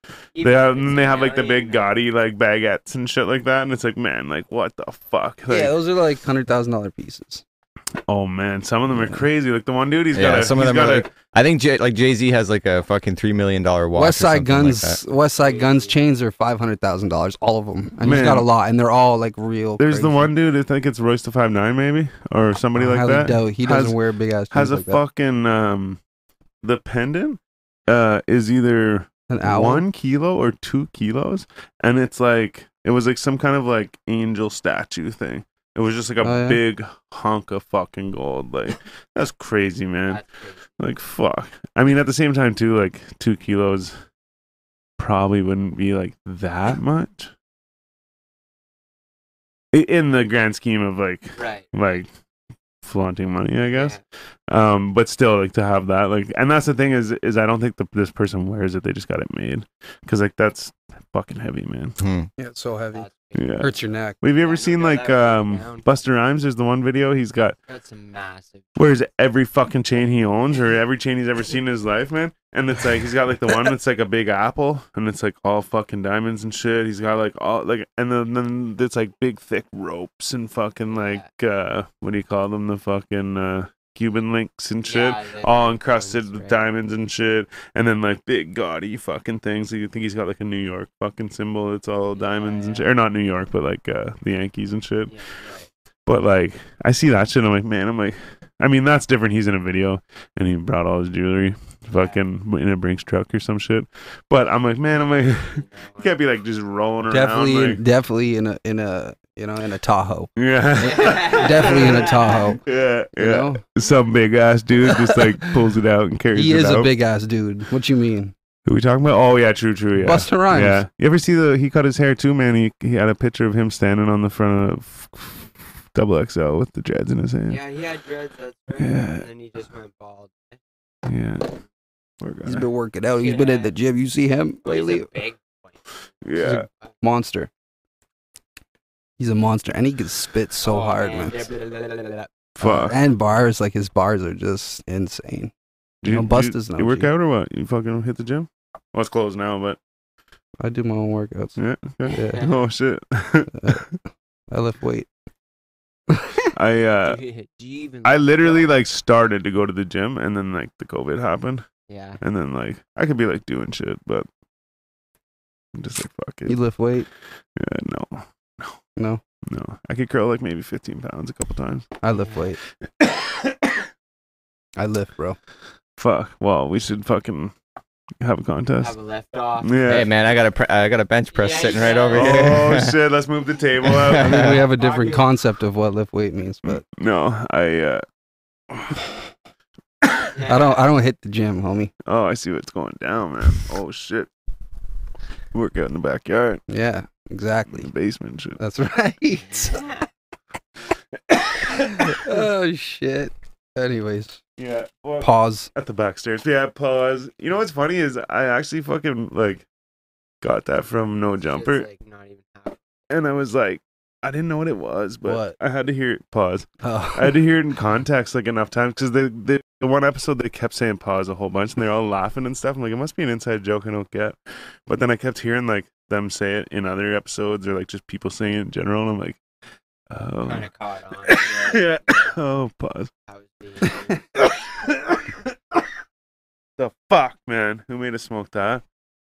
they Even if have it's and they a have like the million, big though. Gotti like baguettes and shit like that and it's like man like what the fuck like, yeah, those are like hundred thousand dollar pieces. oh man some of them are crazy like the one dude he's got Yeah, a, some of he's them are got a- like- I think Jay, like Jay Z has like a fucking three million dollar watch. West or something Side Guns, Like that. West Side Guns chains are five hundred thousand dollars, all of them, and he's Man. got a lot, and they're all like real. There's the crazy. one dude. I think it's Royce to Five Nine, maybe, or somebody like Highly that. doubt He doesn't has- wear big ass. Has a like that. fucking um, the pendant uh is either an owl. one kilo or two kilos, and it's like it was like some kind of like angel statue thing. It was just like a Oh, yeah? big hunk of fucking gold. Like that's crazy, man. That's crazy. Like fuck. I mean, at the same time too, like two kilos probably wouldn't be like that much. I- In the grand scheme of like Right. like flaunting money, I guess. Yeah. Um, but still, like to have that, like, and that's the thing is, is I don't think the, this person wears it; they just got it made, because like that's fucking heavy, man. Hmm. Yeah, it's so heavy. That's Yeah. Hurts your neck. Have you I ever don't seen know like that right um now. Buster Rhymes? There's the one video he's got That's a massive. wears every fucking chain he owns or every chain he's ever seen in his life, man. And it's like he's got like the one that's like a big apple and it's like all fucking diamonds and shit. He's got like all like and then then it's like big thick ropes and fucking like uh what do you call them? The fucking uh Cuban links and shit. Yeah, the all diamonds, encrusted with right. diamonds and shit. And then like big gaudy fucking things. You think he's got like a New York fucking symbol, it's all diamonds and shit. Or not New York, but like uh the Yankees and shit. Yeah, right. But like, I see that shit. I'm like, man, I'm like, I mean, that's different. He's in a video and he brought all his jewelry fucking in a Brinks truck or some shit. But I'm like, man, I'm like, you can't be like just rolling Definitely, around. like- definitely in a in a you know in a Tahoe. Eh, yeah. Definitely in a Tahoe. Yeah, yeah. You know, Some big ass dude just like pulls it out and carries he it is out. a big ass dude. What you mean, Who we talking about? Oh yeah, true, true. Yeah. Buster Rhymes? Yeah. You ever see the? He cut his hair too, man. He he had a picture of him standing on the front of Double XL with the dreads in his hand. Yeah, he had dreads. That's right. Yeah. And then he just went bald. Yeah. Poor guy. He's been working out. He's been at the gym. You see him Well, he's lately? a big boy. Yeah. Monster. He's a monster, and he can spit so Oh, hard, man. Fuck. And bars, like his bars are just insane. Do know, Busta's you, no you work G. out or what? You fucking hit the gym? Well, it's closed now, but I do my own workouts. yeah. okay. Yeah. Oh shit. I lift weight. I uh, Do you even I look literally up? like started to go to the gym, and then like the COVID happened, Yeah. and then like I could be like doing shit, but I'm just like fuck it. You lift weight? Yeah, no, No, no. I could curl like maybe 15 pounds a couple times. I lift weight. I lift, bro. Fuck. Well, we should fucking have a contest. Have a left off. yeah. Hey man, I got a pre- I got a bench press Yeah, sitting you right got over it. here. oh shit! Let's move the table I up. think we have a Fuck different you. concept of what lift weight means, but no, I. uh I don't. I don't hit the gym, homie. Oh, I see what's going down, man. Oh shit. Work out in the backyard, Yeah, in the exactly. basement, shit. That's right. oh shit. Anyways, Yeah. Well, pause. at the back stairs. Yeah. Pause. You know what's funny is I actually fucking like got that from No It's Jumper, Just, like, not even half. and I was like, I didn't know what it was, but What? I had to hear it. Pause. Oh. I had to hear it in context like enough times because they, they the one episode they kept saying pause a whole bunch and they're all laughing and stuff. I'm like, it must be an inside joke I don't get. But then I kept hearing like them say it in other episodes or like just people saying it in general. And I'm like, Kind oh, of caught on. to yeah, it. oh, pause. I was being. the fuck, man, who made us smoke that?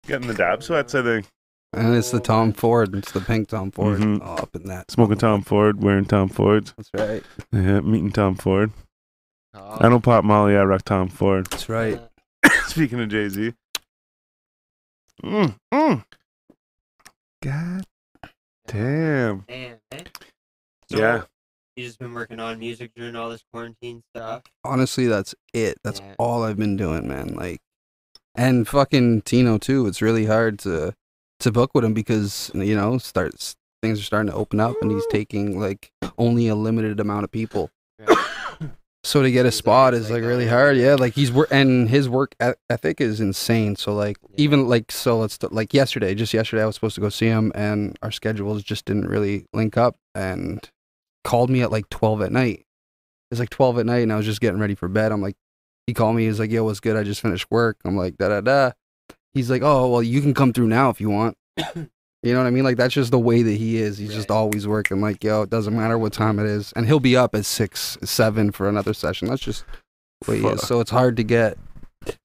Getting the dab sweats, I think. And it's the Tom Ford. It's the pink Tom Ford Mhm. oh, up in that. Smoking Tom Ford, wearing Tom Fords, That's right. yeah, meeting Tom Ford. Oh, I don't pop Molly, I rock Tom Ford. That's right. Speaking of Jay Z. Mm, mm. God damn. Damn. eh? Yeah. So, You just been working on music during all this quarantine stuff. honestly that's it that's Yeah. all i've been doing man like and fucking tino too it's really hard to to book with him because you know starts things are starting to open up and he's taking like only a limited amount of people so to get a He's spot always is like like that, really yeah. hard yeah like he's work and his work e- ethic is insane so like Yeah. even like so let's t- like yesterday just yesterday i was supposed to go see him and our schedules just didn't really link up and called me at like 12 at night it's like 12 at night and I was just getting ready for bed. I'm like, he called me. He's like, yo, what's good? I just finished work. I'm like, da da da. He's like, oh, well, you can come through now if you want. You know what I mean? Like, that's just the way that he is. He's just Right. always working. Like, yo, it doesn't matter what time it is. And he'll be up at six, seven for another session. That's just what he is. Fuck. So it's hard to get.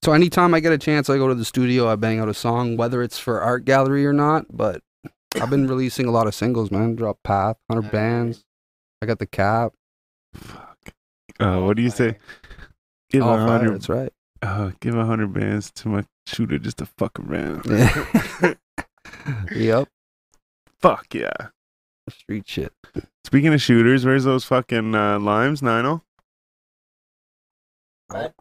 So anytime I get a chance, I go to the studio, I bang out a song, whether it's for art gallery or not. But I've been releasing a lot of singles, man. Drop Path, 100 Alright. Bands. I got the cap. Fuck. Uh, what do you say? Fire. Give Oh, a fire, hundred. that's right. Uh, give a hundred bands to my shooter just to fuck around. yep. Fuck yeah. Street shit. Speaking of shooters, where's those fucking uh, limes, Nino? What?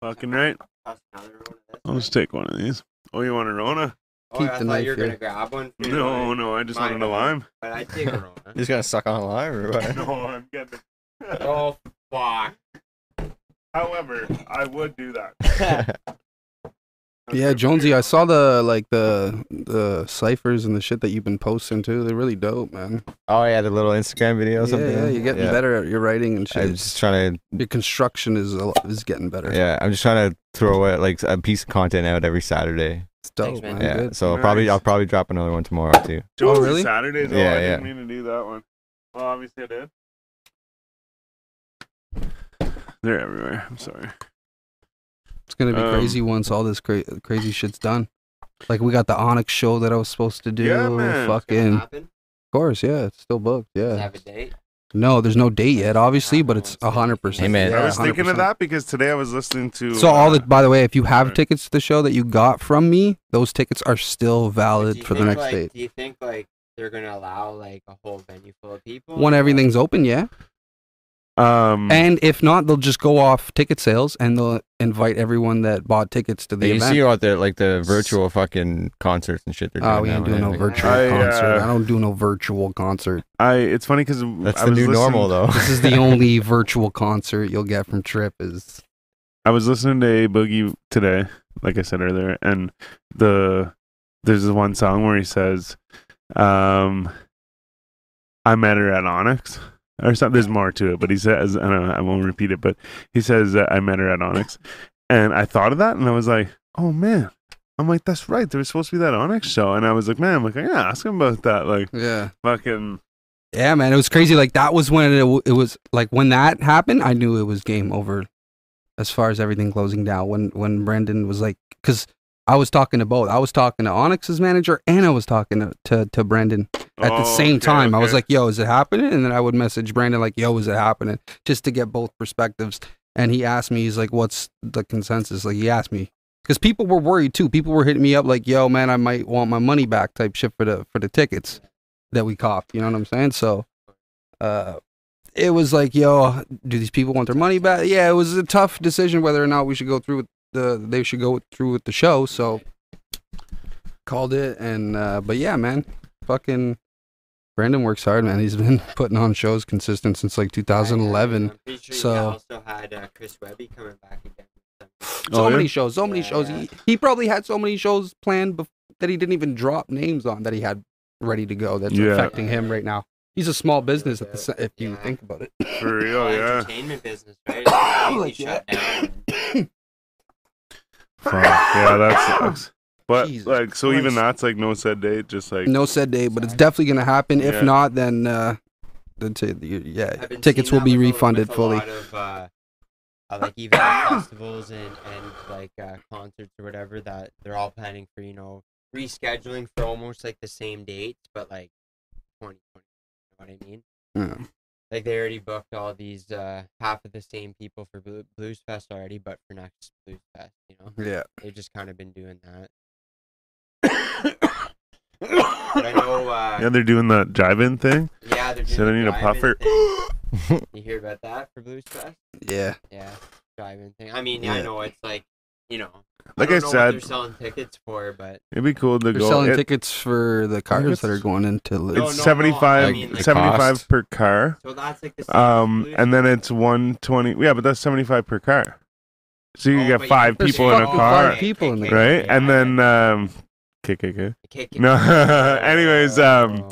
Fucking right. Toss another one of this, I'll just right? take one of these. Oh, you want a Rona? Oh, keep I the thought you were knife gonna here. grab one. for your No, own, no, I just Mine wanted a are- lime. But I take Corona. He's gonna suck on a lime or what? No, I'm getting. oh fuck. However, I would do that. Oh, Yeah, Jonesy, I saw the like the the ciphers and the shit that you've been posting too. They're really dope, man. oh yeah, the little Instagram video or yeah, something. yeah, you're getting better at your writing and shit. I'm just trying to. your construction is a lot, is getting better. Yeah, I'm just trying to throw it like a piece of content out every Saturday. It's dope, Thanks, man. man. yeah, Good. so probably Nice. I'll probably drop another one tomorrow too. Jones Oh, really? Saturdays. Oh, Yeah, I yeah. didn't mean to do that one. Well, obviously I did. They're everywhere. I'm sorry. It's gonna be Um, crazy once all this cra- crazy shit's done. Like we got the Onyx show that I was supposed to do. Yeah, man. Fucking, of Happen? course, yeah. It's still booked. Does it Yeah. Have a date. No, there's no date yet, obviously, but Happen it's once a hundred week. percent. Hey, man. I Yeah, was thinking of that because today I was listening to. So all uh, the by the way, if you have Right. tickets to the show that you got from me, those tickets are still But do valid you for the think, next like, date. Do you think like they're gonna allow like a whole venue full of people? When or- everything's open, yeah. um, And if not, they'll just go off ticket sales and they'll invite everyone that bought tickets to the you event. see out there like the virtual fucking concerts and shit. They're doing Ah, we ain't now, doing no right? virtual I, uh, concert. I don't do no virtual concert. I it's funny because That's the new normal though. This is the only virtual concert you'll get from Trip is I was listening to a boogie today, like I said earlier, and the there's this one song where he says, um, "I met her at Onyx." Or something. There's more to it, but he says, I don't know, I won't repeat it, but he says, uh, I met her at Onyx. And I thought of that and I was like, oh man. I'm like, that's right. There was supposed to be that Onyx show. And I was like, man, I'm like, yeah, ask him about that. Like, yeah. fucking, Yeah, man, it was crazy. Like that was when it, w- it was like when that happened, I knew it was game over as far as everything closing down. When when Brendan was like, because I was talking to both. I was talking to Onyx's manager and I was talking to to, to Brendan at the oh, same okay, time. I was okay. like, "Yo, is it happening?" And then I would message Brandon like, "Yo, is it happening?" Just to get both perspectives. And he asked me, he's like, "What's the consensus?" Like he asked me because people were worried too. People were hitting me up like, "Yo, man, I might want my money back," type shit for the for the tickets that we copped. You know what I'm saying? So, uh, it was like, "Yo, do these people want their money back?" Yeah, it was a tough decision whether or not we should go through with the they should go through with the show. So called it and uh, but yeah, man, fucking. Brandon works hard, man. He's been putting on shows consistent since like I- I mean, 2011. I'm pretty sure so- he also had uh, Chris Webby coming back again. So Oh, yeah? many shows, so many Yeah, shows. yeah. He, he probably had so many shows planned bef- that he didn't even drop names on that he had ready to go. That's Yeah. affecting him right now. He's a small business at the, se- if you think about it. for Oh, real, yeah. Entertainment business, right? It's completely Like, shut yeah. down. Fuck, yeah, that sucks. But Jesus like, so even Christ. that's like no set date, just like No said date, but it's definitely gonna happen. Yeah. If not, then uh, the t- the- yeah, I've been tickets seeing that will be with a- refunded with a fully. lot of, uh, uh, like even like festivals and and like uh, concerts or whatever that they're all planning for you know rescheduling for almost like the same dates, but like 2020. You know what I mean? Yeah. Like they already booked all these uh, half of the same people for Blue- Blues Fest already, but for next Blues Fest, you know, Yeah, they've just kind of been doing that. But I know uh, Yeah. Yeah, they're doing that drive-in thing. Yeah, they're doing Should I the need a drive-in puffer? thing. you hear about that for Blues Fest? Yeah. Yeah, drive-in thing. I mean, Yeah. I know it's like, you know, Like I, I, don't know what they're said, selling tickets for, but it'd be cool to They're go. selling it- tickets for the cars that are it's- going into. It's No, no, no, I 75, mean, like- 75 Cost. per car. so that's like the same as Um, Blues and then Fest. it's one twenty. Yeah, but that's seventy five per car. So you Oh, got but five can't people do in a it. fucking car, five people in the- right? And then um, kick, kick, kick. No. Anyways, Oh. um,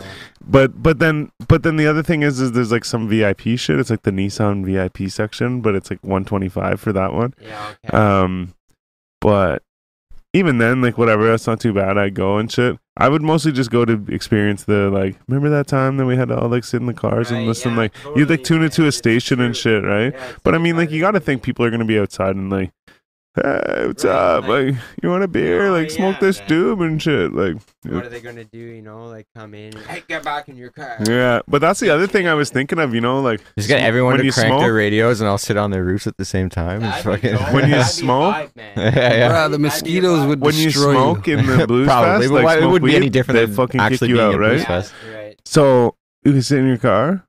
But but then but then the other thing is is there's like some VIP shit. It's like the Nissan VIP section, but it's like one twenty five for that one. yeah, okay. Um, but even then, like whatever, that's not too bad. I go and shit. I would mostly just go to experience the like. Remember that time that we had to all like sit in the cars Right, and listen. yeah, like you'd like totally, tune man, into a it's station and true. shit, right? Yeah, it's But I like mean, like, you got to think people are gonna be outside and like, hey, what's Right, up? like- Like, you want a beer? No, Like, smoke yeah, this man. doob and shit. Like, What are they gonna do? You know, like come in. And, hey, get back in your car. yeah. But that's the other thing I was thinking of. You know, like Just get everyone when to you crank smoke, their radios, and I'll sit on their roofs at the same time. And That'd be fucking dope. When you That'd be smoke- vibe, man. Yeah, yeah. Bruh, the mosquitoes would when you destroy smoke in the blues Probably, fest, but like, why- it smoke wouldn't be weed, any different They than fucking actually kick you being out, in right? Blues Fest. Yeah, right. So you can sit in your car,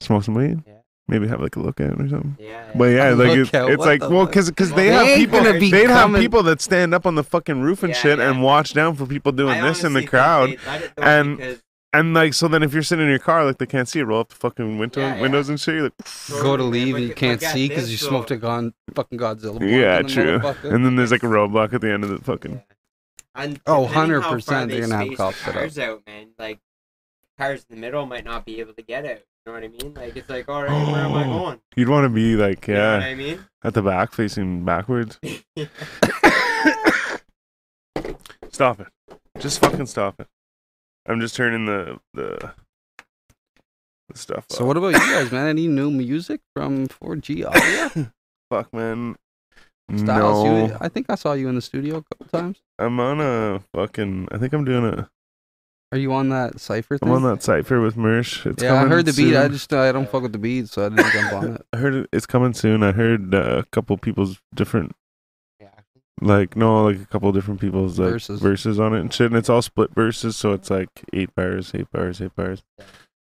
smoke some weed, Yeah. maybe have like a look at it or something. Yeah. But yeah, Look like it's, out, it's what like the well, fuck? because because Well, they they have ain't people gonna be they'd have coming- people that stand up on the fucking roof and Yeah, shit yeah. and watch down for people doing I this in honestly the think crowd. they let it though and because And like, so then if you're sitting in your car, like they can't see it, roll up the fucking window, Yeah, yeah. windows and shit. You're like, Go to Man, leave but and you get- can't forget see because this, you though. smoked a gon- fucking Godzilla. blunt yeah, in the true. motherfucker. And then there's like a roadblock at the end of the fucking. And Oh, depending how far 100% they they're gonna have space cops set up. Cars out, man. Like cars in the middle might not be able to get out. You know what I mean? Like it's like, all right, where am I Oh, going? You'd want to be like, You know yeah, what I mean? at the back facing backwards. stop it. Just fucking stop it. I'm just turning the the, the stuff So up. what about you guys, man? Any new music from 4G Audio? Fuck, man. Styles, no, you, I think I saw you in the studio a couple times. I'm on a fucking. I think I'm doing a. Are you on that cipher thing? I'm on that cipher with Mersh. It's yeah, I coming heard the beat. soon. I just I don't fuck with the beat, so I didn't jump on it. I heard it, it's coming soon. I heard uh, a couple people's different, Yeah. like no, like a couple different people's like Verses. verses. on it and shit. And it's all split verses, so it's like eight bars, eight bars, eight bars.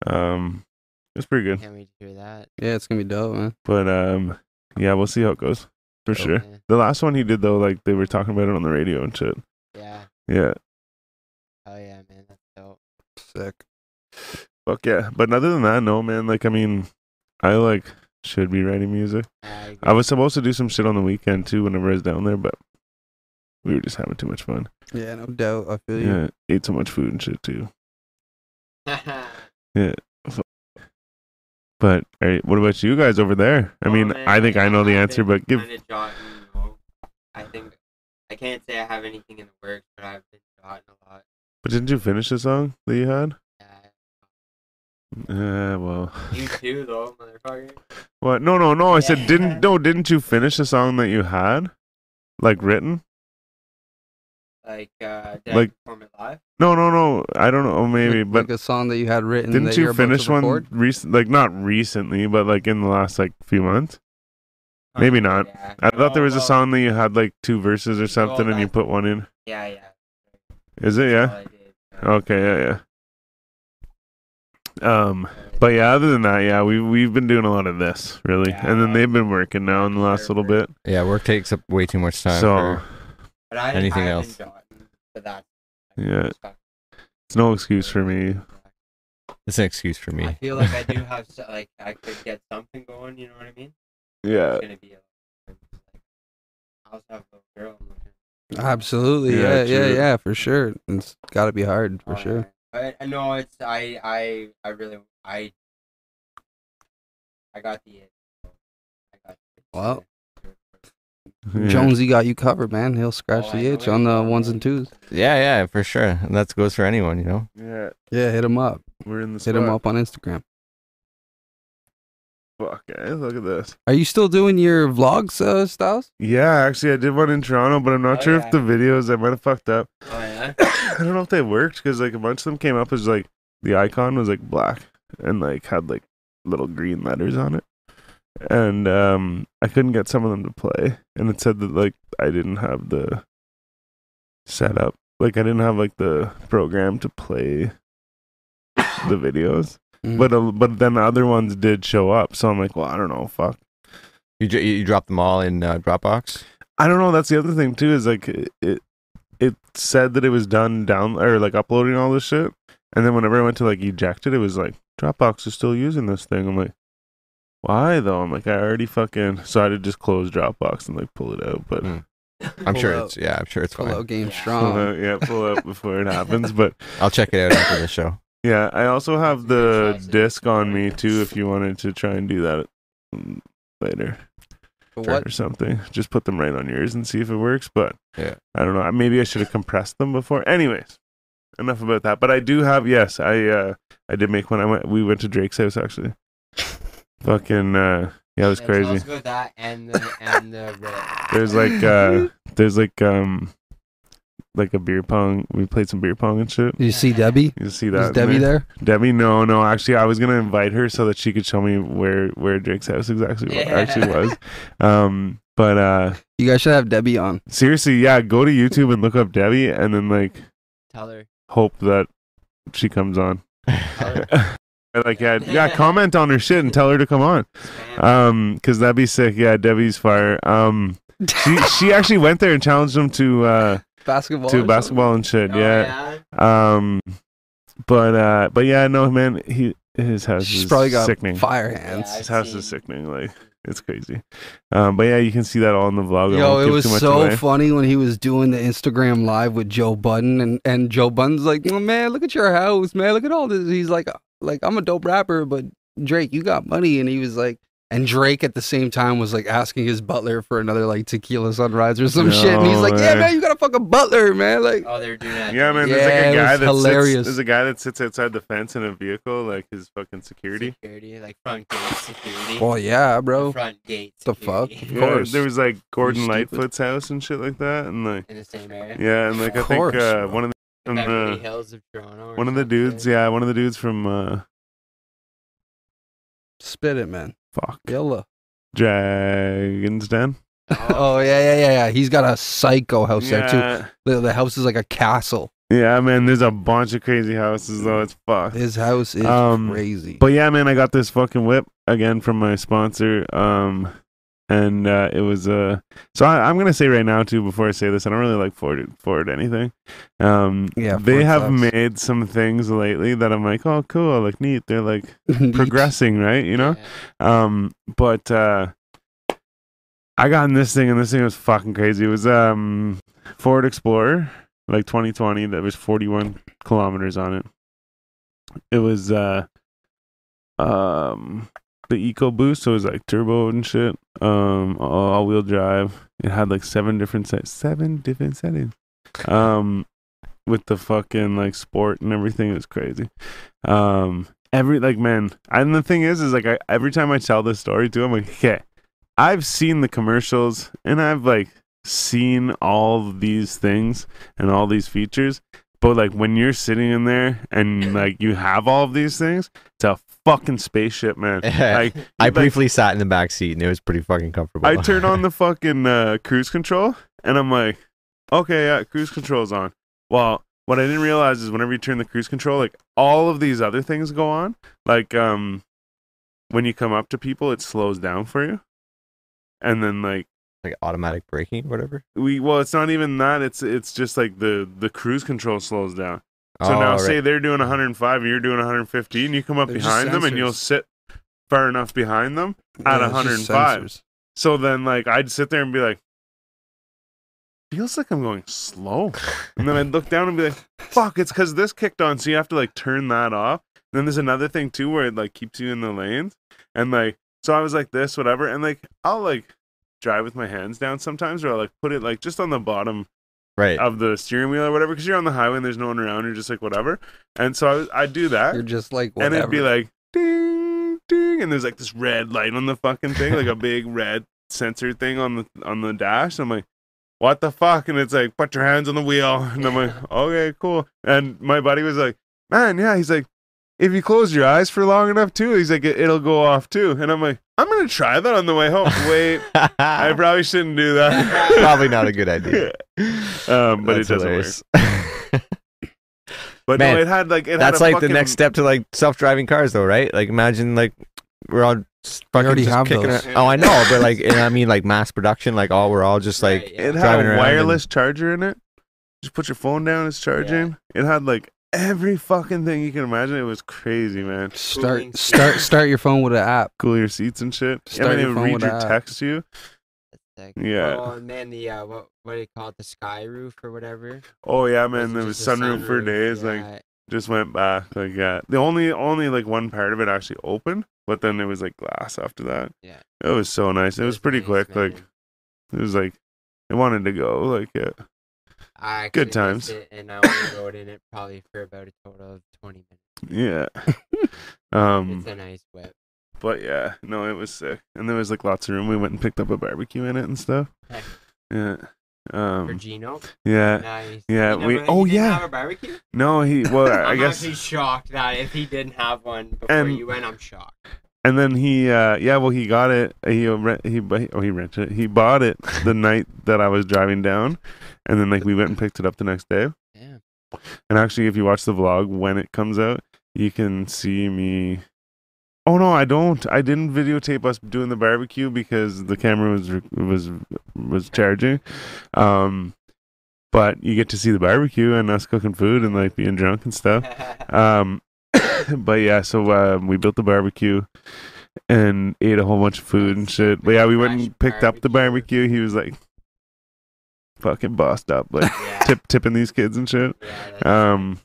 Um, it's pretty good. Can't wait to hear that. Yeah, it's gonna be dope, man. But um, yeah, we'll see how it goes for sure. Yeah. The last one he did though, like they were talking about it on the radio and shit. Yeah. Yeah, Oh yeah, man. That's dope. Sick. fuck yeah. But other than that, no man. Like I mean, I like should be writing music. I, I was supposed to do some shit on the weekend too whenever I was down there, but we were just having too much fun. Yeah, no doubt. I feel you. Yeah, ate so much food and shit too. I But all right, what about you guys over there? I mean, I think I know the answer, but give Kinda jotting, you know, I think I can't say I have anything in the works, but I've been jotting a lot. but didn't you finish the song that you had? Yeah. Uh, well, You too, though, motherfucker. what? No, no, no. I said didn't. No, didn't you finish the song that you had, like written? Like, uh, did Like- I perform it live? No, no, no. I don't know. Maybe, Like- but like a song that you had written. didn't that you you're about to finish one record? recent? Like not recently, but like in the last like few months. Maybe not. Oh, Yeah. I thought there Oh, was a well, song that you had like two verses or something, and you that- put one in. Yeah, yeah. Is it? that's Yeah. all I did, yeah. Okay. Yeah. Yeah. Um. But yeah, other than that, yeah, we we've been doing a lot of this really, Yeah, and then uh, they've been working now in the sure, last little right. bit. Yeah, work takes up way too much time. So But I, Anything I else? But that. Yeah. it's no excuse for me. it's an excuse for I me. feel like I do have so, like I could get something going. You know what I mean? Yeah. It's gonna be. A, I also have a girl. I'm looking Absolutely. Yeah, Yeah, yeah, yeah, true. for sure. It's got to be hard for for, sure. But uh, no, it's I I I really I. I got the. I got the Well, yeah. Jonesy got you covered, man. He'll scratch Oh, I the know itch it, on the bro. ones and twos. Yeah, yeah, for sure. And that goes for anyone, you know. Yeah. Yeah, hit him up. We're in the spot. Hit him up on Instagram. Fuck, guys, look at this. Are you still doing your vlogs, uh, Styles? Yeah, actually, I did one in Toronto, but I'm not Oh, sure yeah. if the videos I might have fucked up. Oh yeah. I don't know if they worked because like a bunch of them came up as like the icon was like black and like had like little green letters on it, and um I couldn't get some of them to play, and it said that like I didn't have the setup, like I didn't have like the program to play the videos, Mm. but uh, but then the other ones did show up. So I'm like, well, I don't know, fuck. You ju- you dropped them all in uh, Dropbox. I don't know. That's the other thing too. Is like it, it, it said that it was done down or like uploading all this shit, and then whenever I went to like eject it, it was like Dropbox is still using this thing. I'm like, why though? I'm like, I already fucking so I did just close Dropbox and like pull it out, but. Mm. I'm Pull sure out. it's yeah. I'm sure it's fine. Hello, game Pull strong. out, yeah, pull out before it happens. But I'll check it out after the show. yeah, I also have the Fantastic. disc on me too. If you wanted to try and do that mm, later But what? or something, just put them right on yours and see if it works. But Yeah. I don't know. Maybe I should have compressed them before. Anyways, enough about that. But I do have yes, I uh I did make one. I went. We went to Drake's house actually. Fucking uh, yeah, it was Yeah, Tell us crazy. about that and the and the rip. There's like uh, there's like um, like a beer pong. We played some beer pong and shit. Did you see Debbie? You see that? Was in Debbie there? Debbie, no, no. Actually, I was gonna invite her so that she could show me where where Drake's house exactly wa- actually Yeah. was. Um, but uh, You guys should have Debbie on. seriously, yeah, go to YouTube and look up Debbie, and then like Tell her. hope that she comes on. Tell her. And, like yeah, yeah, comment on her shit and tell her to come on. Spam. Um, cause that'd be sick. Yeah, Debbie's fire. Um, she she actually went there and challenged him to uh Basketball. to or basketball and shit. Oh, yeah. Um, but uh, but yeah, no man, he his house something. She's is probably got sickening. fire Yeah, hands. I've His house is seen- sickening, like it's crazy. Um, but yeah, you can see that all in the vlog. I Yo, won't it give was too much so away. funny when he was doing the Instagram live with Joe Budden, and, and Joe Budden's like, "Oh, man, look at your house, man, look at all this. He's like, like I'm a dope rapper, but Drake, you got money, and he was like, and Drake at the same time was like asking his butler for another like tequila sunrise or some shit, and he's No like, yeah, way. man, you got a fucking butler, man, like Oh, they're doing that. Yeah, man. to There's like Yeah, it a guy was that hilarious. sits, there's a guy that sits outside the fence in a vehicle, like his fucking security. Security, like front gate security. Well, yeah, The bro. Front gate. The fuck? security Yeah, course. there was like Gordon stupid. Lightfoot's house and shit like that, and like In the same area. yeah, and like I Of think course, uh, bro. one of the, um, Beverly uh, Hills of Toronto. or one of the something. dudes, yeah, one of the dudes from uh, Spit it, man. fuck Yella. Dragons Den. Oh yeah, yeah, yeah, yeah. He's got a psycho house there too. Yeah. The, the house is like a castle. yeah, man. There's a bunch of crazy houses though. It's fucked. His house is Um, crazy. But yeah, man, I got this fucking whip again from my sponsor. Um, and uh, it was uh, so I, I'm gonna say right now too before I say this, I don't really like Ford Ford anything. Um, Yeah, they Ford have sucks. made some things lately that I'm like, oh, cool, like neat. They're like progressing, right? You know. Yeah. Um, but uh, I got in this thing, and this thing was fucking crazy. It was um Ford Explorer, like 2020, that was 41 kilometers on it. It was uh um the Eco Boost, so it was like turbo and shit, um all wheel drive. It had like seven different sets, seven different settings. Um. With the fucking like sport and everything, it was crazy. Um, every like man and the thing is is like I, every time i tell this story to him like okay i've seen the commercials and i've like seen all these things and all these features but like when you're sitting in there and like you have all of these things it's a fucking spaceship man like I like- briefly sat in the back seat and it was pretty fucking comfortable. I turn on the fucking uh, cruise control and I'm like, okay, yeah, cruise control's on. Well, what I didn't realize is whenever you turn the cruise control, like all of these other things go on. Like um, when you come up to people, it slows down for you, and then like like automatic braking, or whatever. we well, it's not even that. It's it's just like the the cruise control slows down. So Oh, now, right. say they're doing 105 and you're doing 115, you come up They're just behind them and you'll sensors. sit far enough behind them. at Yeah, it's just 105. sensors. So then, like, I'd sit there and be like, feels like I'm going slow. And then I'd look down and be like, fuck, it's because this kicked on. So you have to, like, turn that off. Then there's another thing, too, where it, like, keeps you in the lanes. And, like, so I was like this, whatever. And, like, I'll, like, drive with my hands down sometimes, or I'll, like, put it, like, just on the bottom right. of the steering wheel or whatever, because you're on the highway and there's no one around. You're just like, whatever. And so I, was- I'd do that You're just like and whatever. it'd be like ding ding and there's like this red light on the fucking thing like a big red sensor thing on the on the dash i'm like what the fuck and it's like put your hands on the wheel and i'm like okay cool and my buddy was like man yeah he's like if you close your eyes for long enough too he's like "it- it'll go off too and i'm like i'm gonna try that on the way home wait i probably shouldn't do that Probably not a good idea. um but it doesn't work work. But Man, no, it had like it That's had a like the fucking- next step to like self-driving cars, though, right? Like imagine like we're all s- fucking already just have kicking those. it. Oh, I know, but like and I mean like mass production, like all we're all just like Right, yeah. It had driving around a and- wireless charger in it. Just put your phone down, it's charging. It had like every fucking thing you can imagine. It was crazy, man. Cooling Start start start your phone with an app. Cool your seats and shit. Start I mean, your it would phone read with your that. text you. That's sick. Yeah. Oh, and then the uh, what what do you call it? The sky roof or whatever. Oh yeah, man. Was There was just a sunroof for days. Like yeah. just went back. Like yeah, the only only like one part of it actually opened, but then it was like glass after that. Yeah. it was so nice. It was pretty nice, quick. man. Like it was like I wanted to go. Like yeah, I good actually missed times. it, and I only rode in it probably for about a total of twenty minutes. yeah. um, it's a nice whip. But yeah, no, it was sick. And there was like lots of room. We went and picked up a barbecue in it and stuff. Heck. Yeah. For Um Gino, yeah. nice. yeah, You we- never- oh, you didn't yeah. Have a barbecue? No, he well I I'm guess actually shocked that if he didn't have one before And- you went, I'm shocked. and then he uh yeah, well he got it. He rent he bu- oh he rented it. He bought it the night that I was driving down and then like we went and picked it up the next day. Yeah. And actually if you watch the vlog when it comes out, you can see me Oh no, I don't. I didn't videotape us doing the barbecue because the camera was was was charging. Um, but you get to see the barbecue and us cooking food and like being drunk and stuff. Um, but yeah, so um, we built the barbecue and ate a whole bunch of food and shit. But yeah, we went and picked up the barbecue. He was like fucking bossed up, like yeah. tip tipping these kids and shit. yeah, that's Um,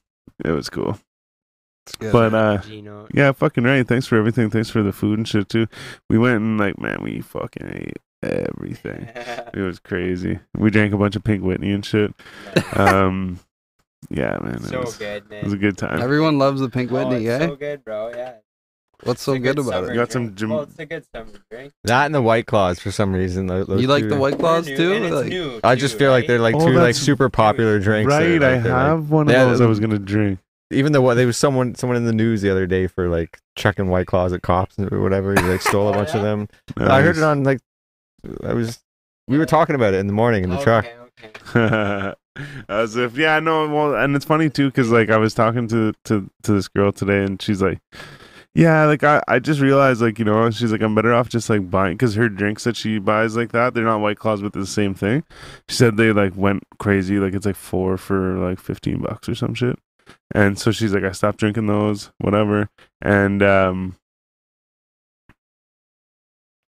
it was cool. It's good. But uh, Gino. yeah, fucking right. Thanks for everything. Thanks for the food and shit too. We went and like, man, we fucking ate everything. It was crazy. We drank a bunch of Pink Whitney and shit. Um, yeah, man. It, so was, good, man. it was a good time. Everyone loves the Pink Oh, it's Whitney, yeah? So good, bro. Yeah. What's so It's a good about summer it? You got some drink. Jim- Well, it's a good summer drink. That and the white claws for some reason. tho- those You like two the are- White Claws They're new, too? and it's Like, new, I just too, feel like right? they're like Oh, two like that's- super popular drinks. that are, Right, like, I they're, like- have one of Yeah, those. I those- was gonna drink. even though what there was someone someone in the news the other day for like checking white claws at cops or whatever. He like stole a bunch of them. I heard it on like I was we were talking about it in the morning in the okay, truck. Okay. As if, yeah, no. Well, and it's funny too, because like I was talking to to to this girl today, and she's like, "Yeah, like I I just realized, like you know, she's like, I'm better off just like buying, because her drinks that she buys like that, they're not White Claws, but they're the same thing." She said they like went crazy, like it's like four for like fifteen bucks or some shit, and so she's like, I stopped drinking those, whatever, and um.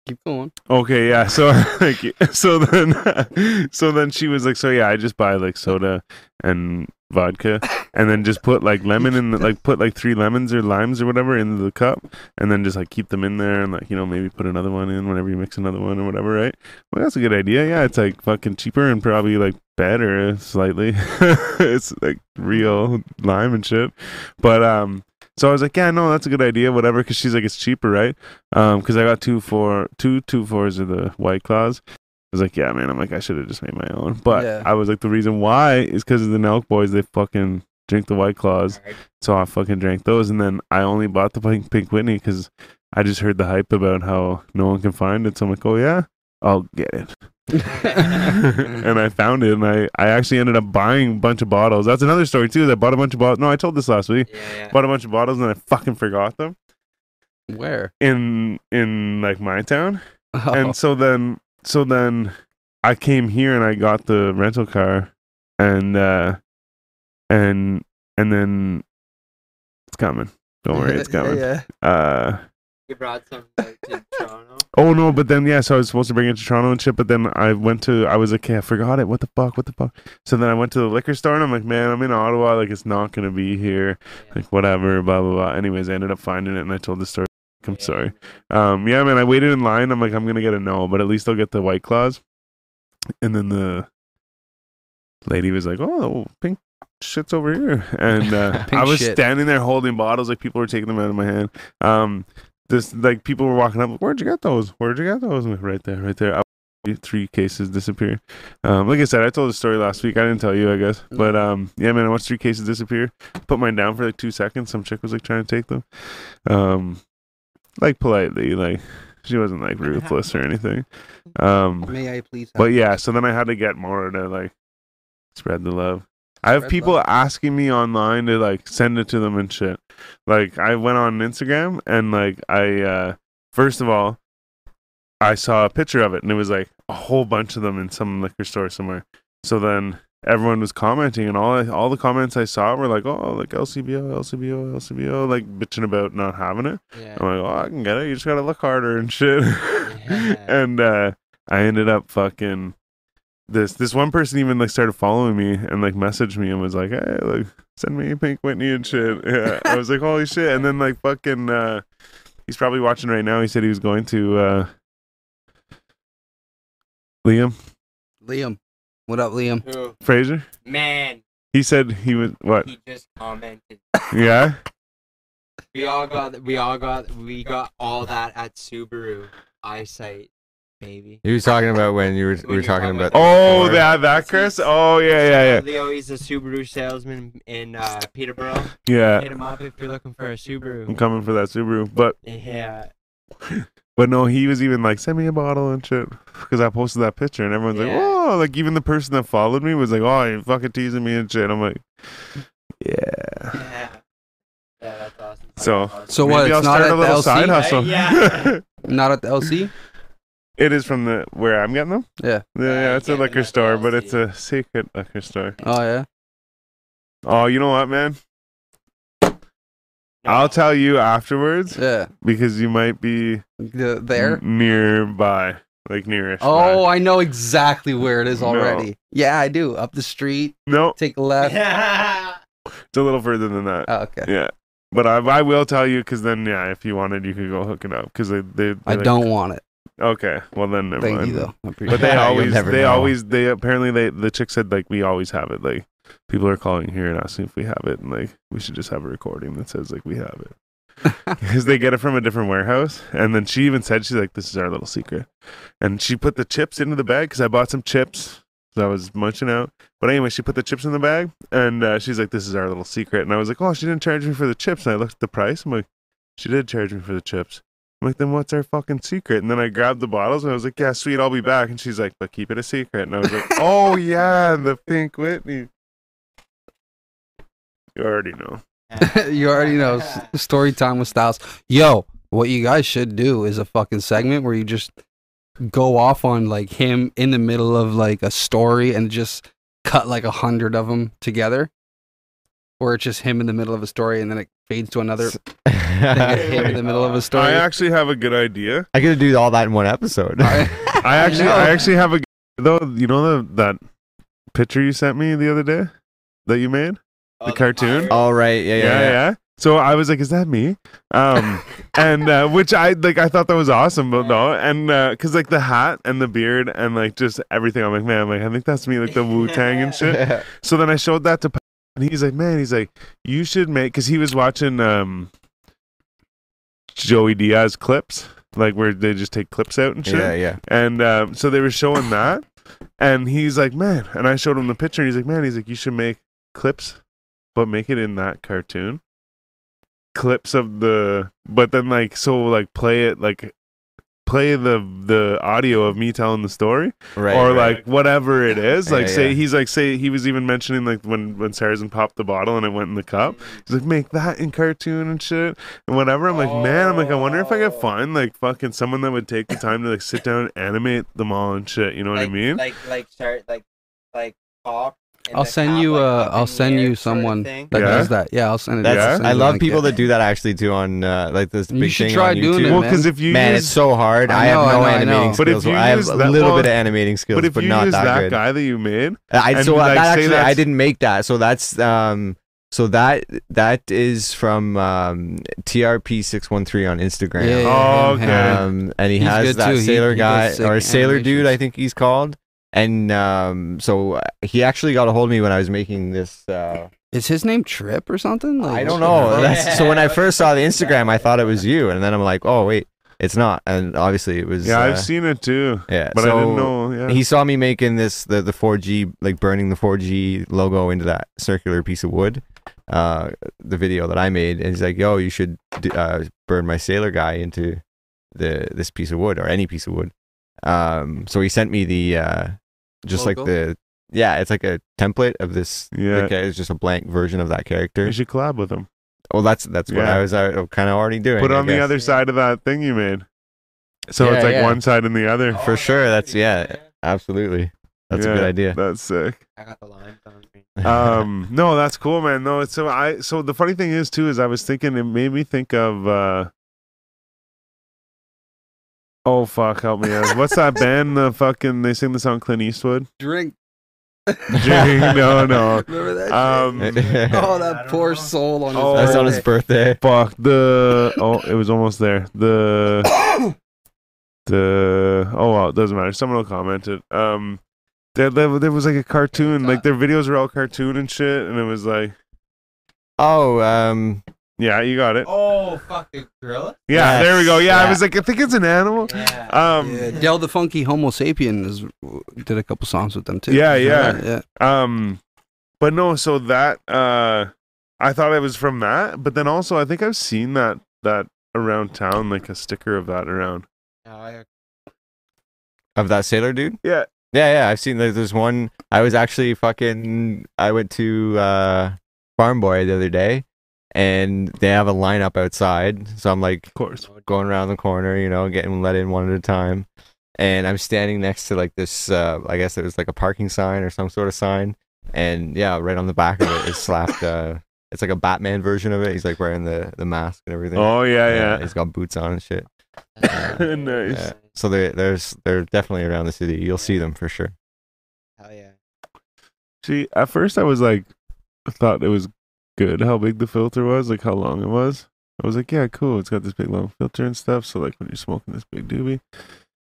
keep going. Okay, yeah. So like so then so then she was like, So yeah, I just buy like soda and vodka and then just put like lemon in the like put like three lemons or limes or whatever into the cup and then just like keep them in there and like, you know, maybe put another one in whenever you mix another one or whatever, right? Well that's a good idea. Yeah, it's like fucking cheaper and probably like better slightly. it's like real lime and shit. But um so I was like, yeah, no, that's a good idea, whatever, because she's like, it's cheaper, right? Um, because I got two four two two fours of the white claws. I was like, yeah, man. I'm like, I should have just made my own. But Yeah. I was like, the reason why is because of the Nelk boys. They fucking drink the white claws, Alright. so I fucking drank those, and then I only bought the pink, pink Whitney because I just heard the hype about how no one can find it. So I'm like, oh yeah, I'll get it. and I found it, and I I actually ended up buying a bunch of bottles. That's another story too. That I bought a bunch of bottles. No, I told this last week. Yeah, yeah. Bought a bunch of bottles, and I fucking forgot them Where? in in like my town. Oh, And so then so then I came here and I got the rental car and uh and and then it's coming. Don't worry, it's coming. yeah. Uh You brought some like, to Toronto. oh no, but then yeah, so I was supposed to bring it to Toronto and shit, but then I went to I was like, okay, I forgot it. What the fuck? What the fuck? So then I went to the liquor store and I'm like, man, I'm in Ottawa, like it's not gonna be here. Like whatever, blah blah blah. Anyways, I ended up finding it and I told the story. I'm sorry. Um, yeah, man, I waited in line. I'm like, I'm gonna get a no, but at least I'll get the white claws. And then the lady was like, "Oh, pink shit's over here," and uh, Pink I was shit. standing there holding bottles, like people were taking them out of my hand. Um, this like people were walking up, like, "Where'd you get those? Where'd you get those?" I'm like, right there, right there. I, three cases disappear. Um, like I said, I told the story last week. I didn't tell you, I guess, Mm. but um, yeah, man, I watched three cases disappear. Put mine down for like two seconds. Some chick was like trying to take them. Um, like politely like she wasn't like ruthless or anything um May I please? but yeah so then i had to get more to like spread the love I have Red people light. asking me online to like send it to them and shit. Like I went on Instagram and like I uh first of all I saw a picture of it and it was like a whole bunch of them in some liquor store somewhere. So then everyone was commenting and all I, all the comments I saw were like, "Oh, like LCBO, LCBO, LCBO," like bitching about not having it. Yeah. I'm like, "Oh, I can get it. You just got to look harder and shit." Yeah. and uh I ended up fucking this this one person even like started following me and like messaged me and was like, "Hey, like send me Pink Whitney and shit." Yeah. I was like, "Holy shit." And then like fucking uh he's probably watching right now. He said he was going to uh Liam Liam. What up, Liam? Who? Fraser. Man, He said he was what? he just commented. Yeah. We all got. We all got. We got all that at Subaru eyesight, baby. He was talking about when you were, we When were you're talking talking about. Oh, that that Chris. Oh yeah, yeah, Leo, he's a Subaru salesman in uh, Peterborough. yeah, yeah. Hit him up if you're looking for a I'm Subaru. coming for that Subaru, but Yeah. But no, he was even like, send me a bottle and shit. Because I posted that picture and everyone's like, Yeah. oh, like even the person that followed me was like, oh, you're fucking teasing me and shit. I'm like, yeah. Yeah. Yeah, that's awesome. So- So what? Maybe It's I'll not start at a the little LC. side hustle. right? Yeah. Not at the LC. it is from the where I'm getting them. Yeah. Yeah, yeah, it's a Yeah, yeah, liquor yeah, store, but yeah. it's a secret liquor store. Oh yeah. Oh, you know what, man? I'll tell you afterwards Yeah. because you might be The, there. n- nearby, like nearish. Oh, by. I know exactly where it is No. already. Yeah, I do. Up the street, no, take a left. Yeah. it's a little further than that. Oh, okay. Yeah. But I, I will tell you because then, yeah, if you wanted, you could go hook it up because they, they, I they- don't want it. Okay, well then, never Thank mind. you though. I appreciate But they You'll always, never they know. always, they apparently they the chick said like we always have it. Like people are calling here and asking if we have it, and like we should just have a recording that says like we have it because they get it from a different warehouse. And then she even said she's like this is our little secret, and she put the chips into the bag because I bought some chips. So I was munching out, but anyway, she put the chips in the bag, and uh, she's like, "This is our little secret." And I was like, "Oh, she didn't charge me for the chips." And I looked at the price. I'm like, "She did charge me for the chips." I'm like, then what's our fucking secret? And then I grabbed the bottles and I was like, yeah, sweet, I'll be back. And she's like, but keep it a secret. And I was like, oh yeah, the Pink Whitney. You already know. it. you already know. s- Story time with Styles. Yo, what you guys should do is a fucking segment where you just go off on like him in the middle of like a story and just cut like a hundred of them together, or it's just him in the middle of a story and then it fades to another thing of him in the middle of a story. I actually have a good idea. I could do all that in one episode. I actually, know. I actually have a g- though. You know the, that picture you sent me the other day that you made. Oh, The cartoon? pirate. all right. Yeah. Yeah. yeah. So I was like, "Is that me?" Um, and uh, which I like, I thought that was awesome, but no, and because like the hat and the beard and like just everything, I'm like, man, like I think that's me, like the Wu Tang and shit. So then I showed that to Pat, and he's like, "Man, he's like, you should make," because he was watching um Joey Diaz clips, like where they just take clips out and shit. Yeah. Yeah. And um, so they were showing that, and he's like, "Man," and I showed him the picture, and he's like, "Man," he's like, "You should make clips, but make it in that cartoon." Clips of the, but then like so like play it like play the the audio of me telling the story Right. or right. like whatever it is. Yeah, Like say yeah. he's like say he was even mentioning like when when Sarrazin popped the bottle and it went in the cup. He's like make that in cartoon and shit and whatever. I'm like man, I'm like I wonder if I could Oh. find like fucking someone that would take the time to like sit down and animate them all and shit. You know what like, I mean? Like, like, start, like, like, pop. and I'll the send cap, you. like, Uh, up in I'll the send air you sort of someone thing. that Yeah. does that. Yeah, I'll send it. That's. I'll send I you the love link, people yeah. that do that actually too on uh, like this You big should thing try on doing YouTube. it, well, because if you Man, use, it's so hard. I I, have know, I no know, I animating know. But if skills. you I have use a that- little well, bit of animating skills, but but, if you not use that, that, good. guy that you made, I and, so like, that say actually I that's- didn't make that. So that's um so that that is from um TRP six one three on Instagram. Yeah, Oh, him, okay. him. Um, and he He's has good that too. He- sailor he guy does sick or sailor dude, animations. I think he's called. And um, so uh, he actually got a hold of me when I was making this. Uh, Is his name Trip or something? Like, Oh, I don't what the know. fuck? That's, so when I first saw the Instagram, I thought it was you, and then I'm like, oh wait, it's not. And obviously it was. yeah, uh, I've seen it too, yeah, but I didn't so- know. Yeah, he saw me making this the the 4G like burning the 4G logo into that circular piece of wood, uh, the video that I made, and he's like, "Yo, you should d- uh, burn my sailor guy into the this piece of wood or any piece of wood." Um, so he sent me the uh, just Logo? like the yeah, it's like a template of this. Yeah. okay, it's just a blank version of that character. You should collab with them. Well, that's that's what Yeah. I was uh, kind of already doing. Put I on the guess. other side of that thing you made. So Yeah, it's like yeah. one side and the other. For sure, that's yeah, absolutely. That's Yeah, a good idea. That's sick. I got the lime on me. um no that's cool man no it's so i so the funny thing is too is i was thinking it made me think of uh oh fuck help me out what's that band the fucking they sing the song clint eastwood Drink. Jing, no no Remember that? shit? um oh, I that don't poor know. soul on his. Oh. that's on his birthday. birthday. fuck the oh it was almost there the the oh well it doesn't matter someone will comment it um there, there, there was like a cartoon like their videos were all cartoon and shit and it was like Oh, um, yeah you got it Oh fuck the gorilla. yeah Yes, there we go yeah, i yeah. was like i think it's an animal Yeah. um Yeah, Del the Funky Homo Sapien is, did a couple songs with them too. Yeah, Remember yeah. that? yeah. Um, but no, so that uh, I thought it was from that, but then also I think I've seen that that around town, like a sticker of that around. No, I- of that sailor dude. Yeah. yeah, yeah. I've seen there- there's one. I was actually fucking. I went to uh, Farm Boy the other day, and they have a lineup outside. So I'm like, Of course, going around the corner, you know, getting let in one at a time. And I'm standing next to like this, uh, I guess it was like a parking sign or some sort of sign. And yeah, right on the back of it is slapped. Uh, it's like a Batman version of it. He's like wearing the, the mask and everything. Oh yeah, yeah. He's got boots on and shit. Nice. Yeah. So they there's they're definitely around the city. You'll see them for sure. Hell yeah. See, at first I was like, I thought it was good how big the filter was, like how long it was. I was like, yeah, cool. It's got this big long filter and stuff. So like when you're smoking this big doobie,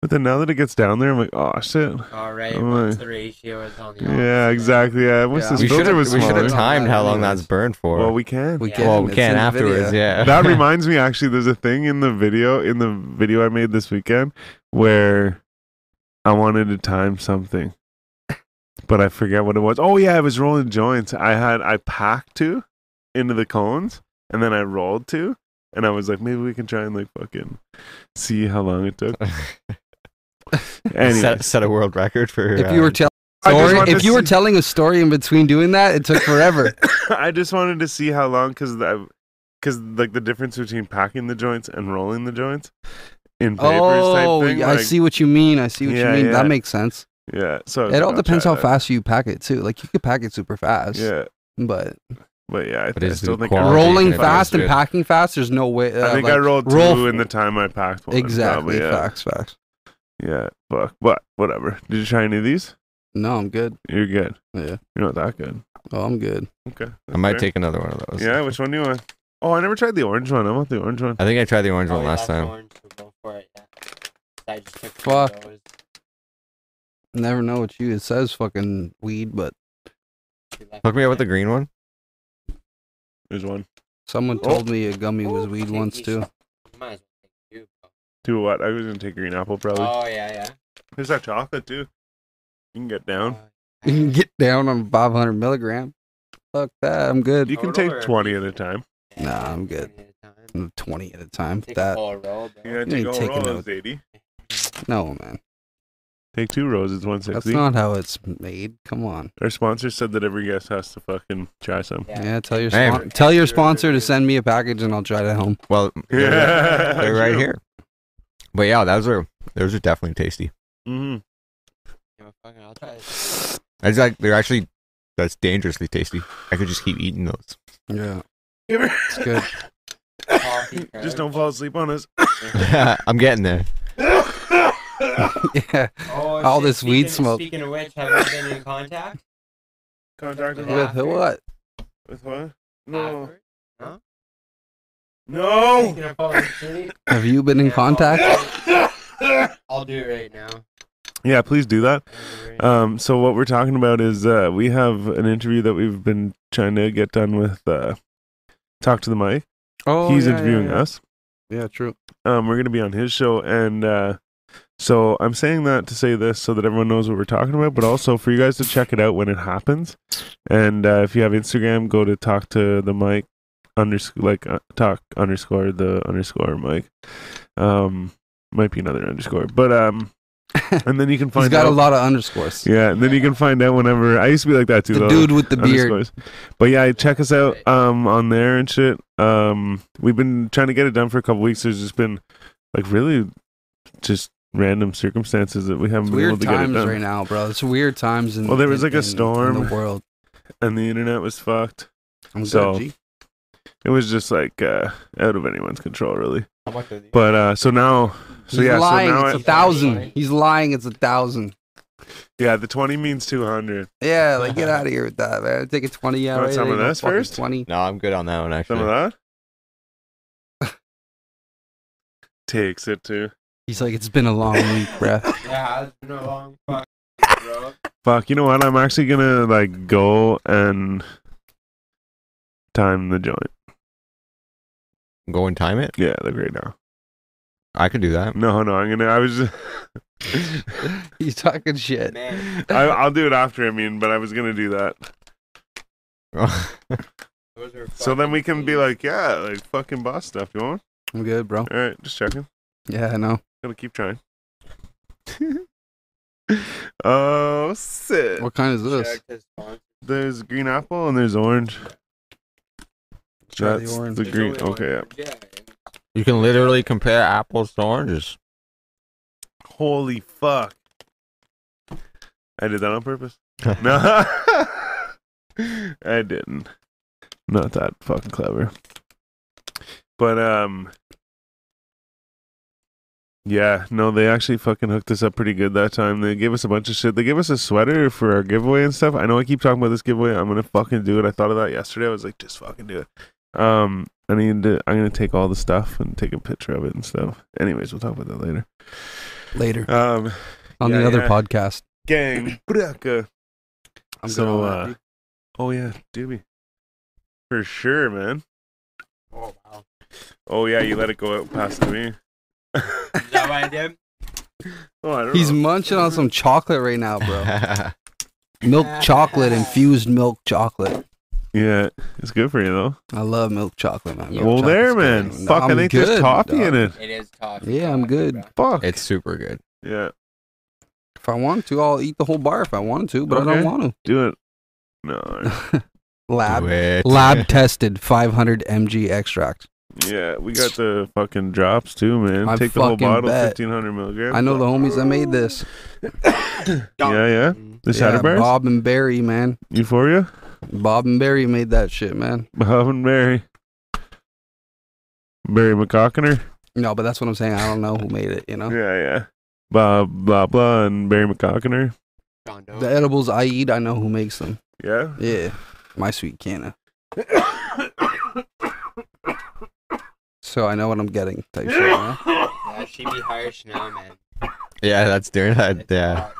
but then now that it gets down there, I'm like, oh shit. All right. Oh, once my. the ratio is on the Yeah, opposite exactly. Yeah, I wish Yeah. this We should filter have we was should have smaller. time- timed how long Anyways. that's burned for. Well, we can. We Yeah. get well, him. we It's can in the afterwards. video. Yeah. that reminds me actually there's a thing in the video in the video i made this weekend where i wanted to time something but i forget what it was oh yeah i was rolling joints i had i packed two into the cones and then i rolled two and i was like maybe we can try and like fucking see how long it took anyway set, set a world record for. If you uh, were telling I just story, wanted if to you were see- telling a story in between doing that, it took forever. I just wanted to see how long because because like the difference between packing the joints and rolling the joints in papers oh, type thing. I like- see what you mean. I see what Yeah, you mean. yeah. That makes sense. Yeah, so I was It like, all I'll depends try how that. fast you pack it too. Like you could pack it super fast. Yeah, But but yeah, I, But th- I is the still think quality I rolled. rolling can fast and improve it. packing fast, there's no way. uh, I think I like, rolled two roll f- in the time I packed one. probably, Exactly. yeah. Facts. Facts. Yeah, fuck. But whatever. Did you try any of these? No, I'm good. You're good. Yeah. You're not that good. Oh, I'm good. Okay. I that's might fair. take another one of those. Yeah. Which one do you want? Oh, I never tried the orange one. I want the orange one. I think I tried the orange Oh, one yeah, last that's time. Orange, so go for it, yeah. I just took two of Fuck. those. Never know what you. It says fucking weed, but Two left Hook me up with the and green one. There's one. someone told me a gummy was weed once too. right. Oh, You might as well take two, bro. Two what? I was gonna take green apple probably. Oh yeah, yeah. There's that chocolate too. You can get down. Uh, You can get down on 500 milligram. Fuck that. I'm good. You can Total take or- twenty at a time. yeah, Nah, I'm take good. one at a time. 20 at a time. Take a That whole roll, bro. Yeah, ain't take a whole taking roll. no- That's eighty. no man. Take two rolls. It's one That's sixty. not how it's made. Come on. Our sponsor said that every guest has to fucking try some. Yeah. Yeah, tell your Hey. spon- tell your sponsor to send me a package and I'll try it at home. Well, they're, Yeah, they're right here. But yeah, those are those are definitely tasty. hmm Yeah, fucking, I'll try this. I just like they're actually that's dangerously tasty. I could just keep eating those. Yeah, Just it's good. Coffee, bro. don't fall asleep on us. I'm getting there. yeah, Oh, All shit, this weed speaking- smoke. Speaking of which, have you been in contact? Contact with Yeah. with the what? With what? Afterwards? No. Speaking of falling asleep, Have you been in yeah, I'll- contact? I'll do it right now. Yeah, please do that. I'll do it right now. Um, so what we're talking about is uh, we have an interview that we've been trying to get done with. Uh, Talk to the mic. Oh, He's interviewing us. Yeah, true. Um, we're going to be on his show, and uh, so I'm saying that to say this so that everyone knows what we're talking about, but also for you guys to check it out when it happens. And uh, if you have Instagram, go to talk to the mic underscore like uh, talk underscore the underscore mic. Um, might be another underscore, but um, and then you can find He's got out. a lot of underscores. yeah, and then you can find out whenever. I used to be like that too. The though. dude with the beard. Underscores. But yeah, check us out um, on there and shit. Um, we've been trying to get it done for a couple weeks. There's just been like really just random circumstances that we haven't It's been able weird to get it times done. right now, bro. It's weird times. In, Well, there was in- like a in- in storm. the world. and the internet was fucked. I'm So- glad, G. It was just like uh, out of anyone's control, really. How much are these? But uh, so now, so He's yeah, lying. so now it's I- a thousand. He's lying. It's a thousand. yeah, the twenty means two hundred. Yeah, like get out of here with that, man. Take a twenty hour. Want some of this first? Twenty. No, I'm good on that one actually. Some of that takes it too. He's like, it's been a long week, bro. Yeah, it's been a long fuck, bro. Fuck, you know what? I'm actually gonna like go and time the joint. Go and time it. Yeah, like right now. I could do that. No, no, I'm gonna. I was. Just, He's talking shit. Man, I, I'll do it after. I mean, but I was gonna do that. those are So then fucking we can be things. like, yeah, like fucking boss stuff. You want? I'm good, bro. All right, just checking. Yeah, I know. Gonna keep trying. oh, sick. What kind is this? Check this sponsor. There's green apple and there's orange. Try the That's orange. the There's green. only one Okay, yeah. per day. You can literally compare apples to oranges. Holy fuck. I did that on purpose. No. I didn't. Not that fucking clever. But um Yeah, no, they actually fucking hooked us up pretty good that time. They gave us a bunch of shit. They gave us a sweater for our giveaway and stuff. I know I keep talking about this giveaway. I'm gonna fucking do it. I thought of that yesterday. I was like, just fucking do it. Um I need to I'm gonna take all the stuff and take a picture of it and stuff. Anyways, we'll talk about that later. Later Um on yeah, the other yeah. podcast. gang Braca. I'm So, good on that, uh, G. Oh yeah, doobie. For sure, man. Oh wow. Oh yeah, you let it go out past me. oh, Is that what I did? I don't He's know. munching on some chocolate right now, bro. Bro. milk chocolate infused milk chocolate. yeah, it's good for you though. I love milk chocolate, man. Milk well, there, man. chocolate's good. Fuck, I'm I think good, there's coffee dog. in it. It is tough. Yeah, I'm good. Fuck. it's super good. yeah, If I wanted to, I'll eat the whole bar if I wanted to, but I Okay. don't want do it. No. to. Lab Do it. lab tested 500 mg extract. Yeah, we got the fucking drops too, man. I Take the whole fucking bottle, bet. fifteen hundred milligrams. I know the homies that made this. Yeah, yeah. The Yeah, Shatterbears? Bob and Barry, man. Euphoria, Bob and Barry made that shit, man. Bob and Barry, Barry McCockiner. No, but that's what I'm saying. I don't know who made it. You know, Yeah, yeah. Bob blah blah and Barry McCockiner. John Doe. the edibles I eat, I know who makes them. Yeah. Yeah, my sweet canna. So I know what I'm getting. Type shit. You know? Yeah, she be harsh now, man. Yeah, that's doing that. It's Yeah, hot.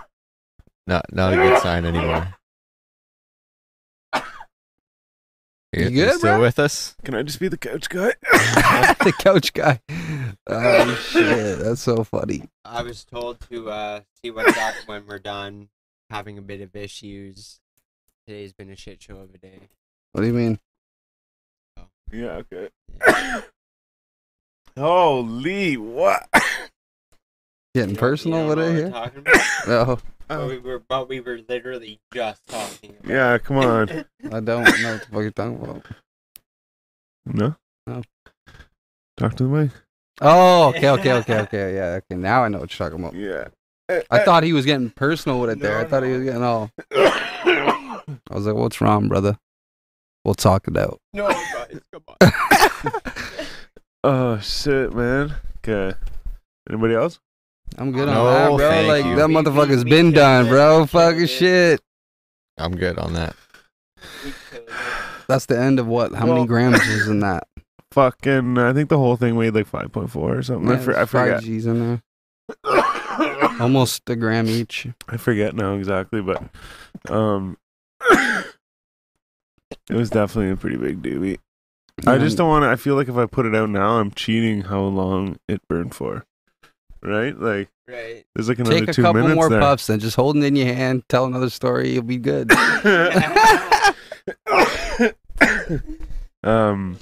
not not a good sign anymore. You good, still bro? with us? Can I just be the couch guy? the couch guy. Oh shit, that's so funny. I was told to uh, see what's up when we're done having a bit of issues. Today's been a shit show of a day. What do you mean? yeah, okay. Holy what? Getting personal with it here? Talking about? No, But we were, but we were literally just talking. About Oh. Yeah, come on. I don't know what the fuck you're talking about. No? No. Talk to the mic. Oh, okay, okay, okay, okay. Yeah, okay. Now I know what you're talking about. Yeah. I thought he was getting personal with it there. I No, thought he no. was getting all. I was like, "What's wrong, brother? We'll talk it out." No, guys, come on. Oh shit, man. Okay. Anybody else? I'm good No, on that, bro. thank Like you. that We- we- motherfucker's we been killed done, it. bro. We Fucking killed it. shit. I'm good on that. We killed it. That's the end of what? How many Well- grams was in that? Fucking I think the whole thing weighed like five point four or something. I, Yeah, for, I there's five forget. G's in there. Almost a gram each. I forget now exactly, but um It was definitely a pretty big doobie. I just don't want to. I feel like if I put it out now, I'm cheating how long it burned for. Right? Like, Right. there's like another take a two couple minutes more there. puffs and just hold it in your hand. Tell another story. You'll be good. um,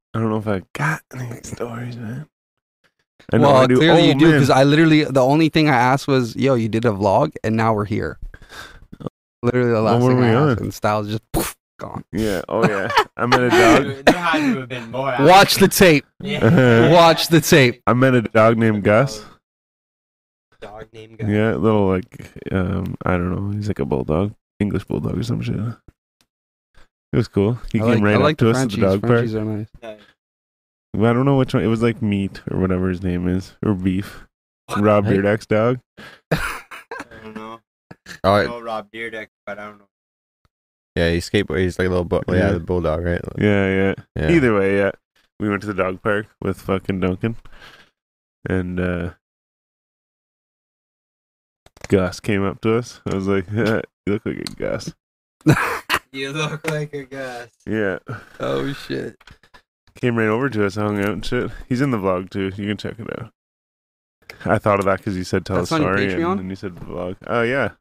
I don't know if I got any stories, man. And now well, I do, clearly oh, you do man. because I literally the only thing I asked was, "Yo, you did a vlog, and now we're here." Literally the last were thing I we asked, on? and Styles just poof, gone. Yeah. Oh yeah. I'm at a dog. There had to have been more. Watch the tape. Yeah. Watch the tape. Uh-huh. I met a dog named Gus. Dog named Gus. Yeah, little like um, I don't know. He's like a bulldog, English bulldog or some shit. It was cool. He I came like, right I up like to the us at the Frenchies. dog park. Frenchies are nice. Nice. I don't know which one. It was like meat or whatever his name is, or beef. Rob Hey. Beardak's dog. I don't know. Oh, I I- know Rob Deerdeck, but I don't know. yeah, he skateboard. He's like a little, bu- yeah, Yeah. the bulldog, right? Yeah, yeah, Yeah. Either way, yeah. We went to the dog park with fucking Duncan, and uh Gus came up to us. I was like, "You look like a Gus." You look like a Gus. Yeah, Oh shit! came right over to us, hung out and shit. He's in the vlog too. You can check it out. I thought of that because you said tell That's a on your story, Patreon? and then you said vlog. Oh yeah,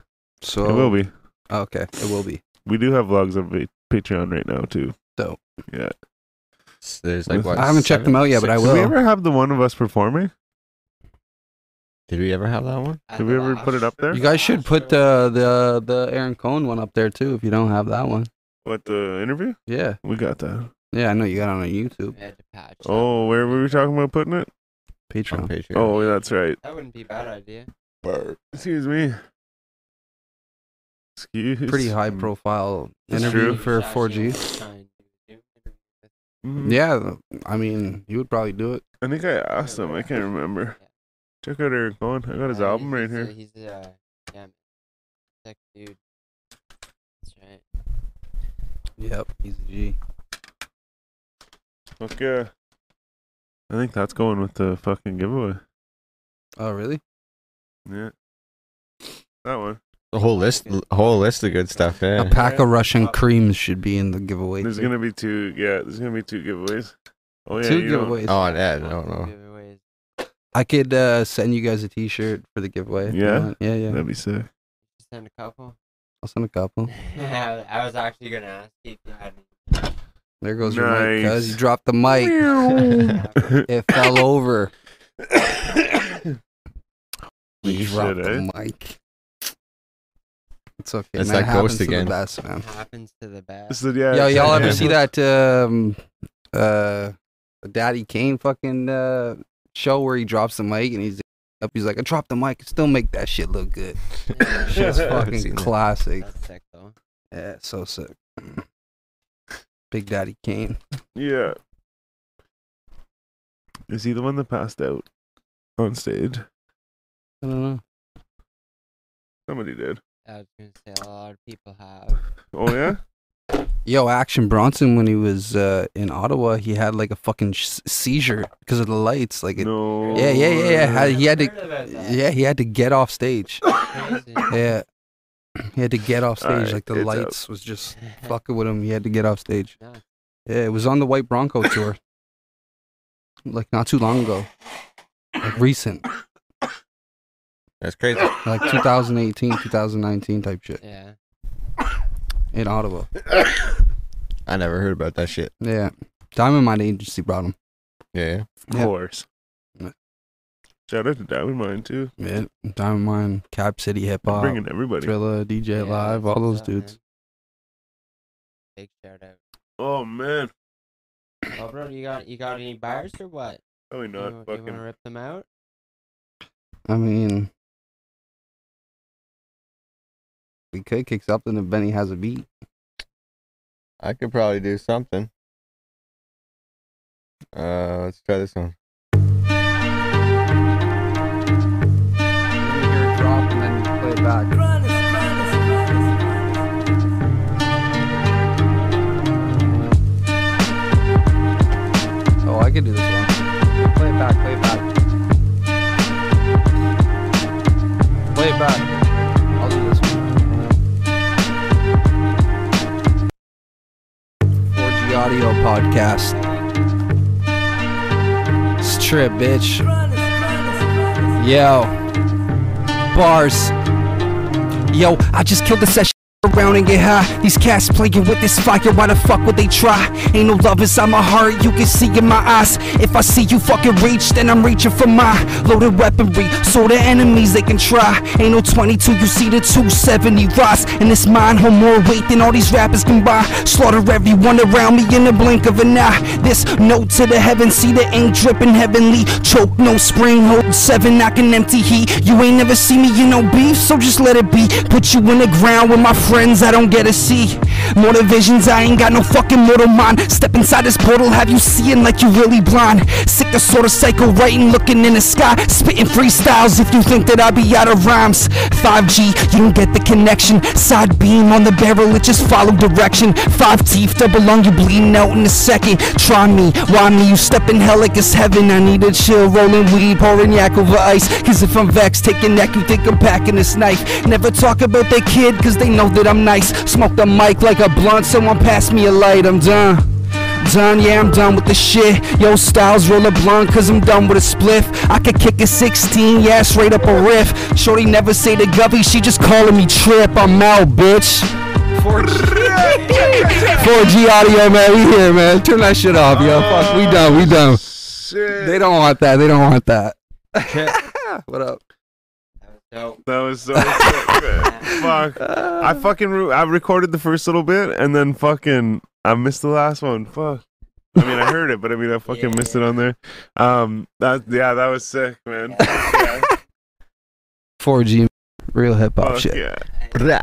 So Oh, it will be. Okay, it will be. We do have vlogs on Pa- Patreon right now too. Dope. Yeah. So There's like what? I haven't checked seven, them out yet, but six- I Did we will. ever have the one of us performing? Did we ever have that one? At Did the we ever last put it up there? show- You guys should last put show. the the the Aaron Cohn one up there too if you don't have that one. What the interview? Yeah, We got that. yeah, I know you got it on YouTube, We had to patch that. Oh, where were we talking about putting it? On Patreon. Patreon. Oh, that's right. That wouldn't be a bad idea. Excuse me. Excuse. Pretty high profile It's interview true. for Josh, you wanna 4G. try and do an interview Mhm. with Yeah, I mean, you would probably do it. I think I asked him. I can't remember. Check out Eric Cohen. I got his Uh, album he's- right here. He's, a- he's uh, yeah, tech dude. That's right. Yep, he's a G. Okay. I think that's going with the fucking giveaway. Oh, really? Yeah. That one. The whole list, whole list of good stuff. eh? Yeah. A pack of Russian creams should be in the giveaway. There's too. gonna be two. Yeah, there's gonna be two giveaways. Oh yeah, two you don't- giveaways. Oh, and Ed, I Lots don't of know. giveaways. I could uh, send you guys a T-shirt for the giveaway. if you Yeah? want. yeah, yeah. That'd be sick. Send a couple. I'll send a couple. I was actually gonna ask you if you had There goes your mic, cuz Nice. you dropped the mic. any. It fell over. You You dropped should, the mic. It's okay. It's man. It that ghost happens to the again. best, man. happens to the best. so, yeah, Yo, y'all ever Yeah. see that um, uh, Daddy Kane fucking uh, show where he drops the mic and he's up? He's like, I dropped the mic, still make that shit look good. Shit's I haven't fucking seen that. classic. That's sick though. Yeah, it's so sick. Big Daddy Kane. Yeah. Is he the one that passed out on stage? I don't know. Somebody did. I was gonna say a lot of people have. Oh yeah. Yo, Action Bronson, when he was uh, in Ottawa, he had like a fucking sh- seizure because of the lights. Like, it, no. yeah, yeah, yeah, yeah. How- way. he had to, Heard about that. yeah, he had to get off stage. Crazy. Yeah, he had to get off stage. Alright, like the it's up. lights was just fucking with him. He had to get off stage. Nuts. Yeah, it was on the White Bronco tour, like not too long ago, like recent, That's crazy. like 2018, 2019 type shit Yeah. in Ottawa. I never heard about that shit. Yeah, Diamond Mine Agency brought him. Yeah. Of Yeah. course. Yeah. Shout out to Diamond Mine too. Yeah, Diamond Mine, Cap City Hip I'm Hop, bringing everybody. Trilla, DJ yeah, Live, all that's those what's up, dudes. man. Big shout out. Oh man. Well, bro, you got you got any buyers or what? Probably You not wa- you, fucking. wanna rip them out? I mean, we could kick something if Benny has a beat. I could probably do something. Uh, let's try this one. drop and then play it back. Oh, I can do this one. Play it back, play it back. Play it back. I'll do this one. 4G Audio Podcast. Strip, bitch. Yo. Bars. Yo, I just killed the session. around and get high. These cats playing with this fire, why the fuck would they try? Ain't no love inside my heart, you can see in my eyes. If I see you fucking reach, then I'm reaching for my loaded weaponry. So the enemies they can try. Ain't no 22, you see the 270 rise. And this mind hold more weight than all these rappers can buy. Slaughter everyone around me in the blink of an eye. This note to the heavens, see the ink dripping heavenly. Choke, no spring, hold seven, I can empty heat. You ain't never see me in no beef, so just let it be. Put you in the ground with my friends, I don't get to see. More divisions, I ain't got no fucking mortal mind. Step inside this portal, have you seeing like you really blind. Sick the sort of psycho writing, looking in the sky. Spitting freestyles if you think that I be out of rhymes. 5G, you don't get the connection. Side beam on the barrel, it just follow direction. Five teeth, double lung, you bleeding out in a second. Try me, why me? You step in hell like it's heaven. I need a chill, rolling weed, pouring yak over ice. Cause if I'm vexed, taking neck, you think I'm packing this knife. Never talk about that kid, cause they know that I'm nice. Smoke the mic like a blunt, someone pass me a light, I'm done. Done, yeah, I'm done with the shit. Yo, styles roll a blunt, cause I'm done with a spliff. I could kick a 16, yeah, straight up a riff. Shorty never say the guppy, she just calling me trip. I'm out, bitch. 4G audio, man, we here, man. Turn that shit off, Oh, yo. Fuck, we done, we done. They don't want that, they don't want that. what up? So That was so sick. man. Fuck. I fucking re- I recorded the first little bit and then fucking I missed the last one. Fuck. I mean, I heard it, but I mean, I fucking missed it on there. Um, that yeah, that was sick, man. Yeah, 4G, real hip hop fuck shit. yeah,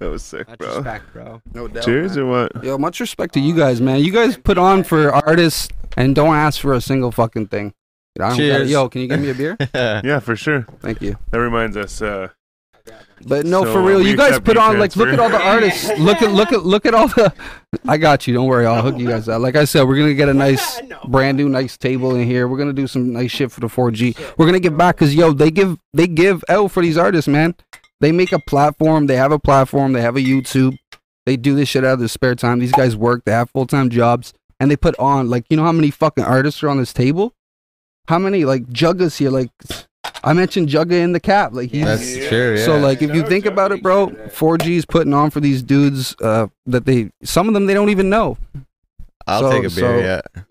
that was sick, much bro. respect, bro. No doubt. Cheers or what? Yo, much respect to you guys, man. You guys put on for artists and don't ask for a single fucking thing. I don't gotta- Cheers. yo, can you give me a beer? Yeah, for sure. Thank you. That reminds us. Uh, But no, So, for uh, real, we you guys accept put your on like look at all the artists. Look at look at look at all the. I got you. Don't worry. I'll hook you guys out. Like I said, we're gonna get a nice, brand new, nice table in here. We're gonna do some nice shit for the 4G. We're gonna get back because yo, they give they give L for these artists, man. They make a platform. They have a platform. They have a YouTube. They do this shit out of their spare time. These guys work. They have full time jobs, and they put on like you know how many fucking artists are on this table? How many like Juggas here? Like I mentioned Jugga in the cap. Like he's That's true. Yeah. so like if you think about it, bro, 4G's putting on for these dudes uh, that they some of them they don't even know. I'll so- take a beer. so-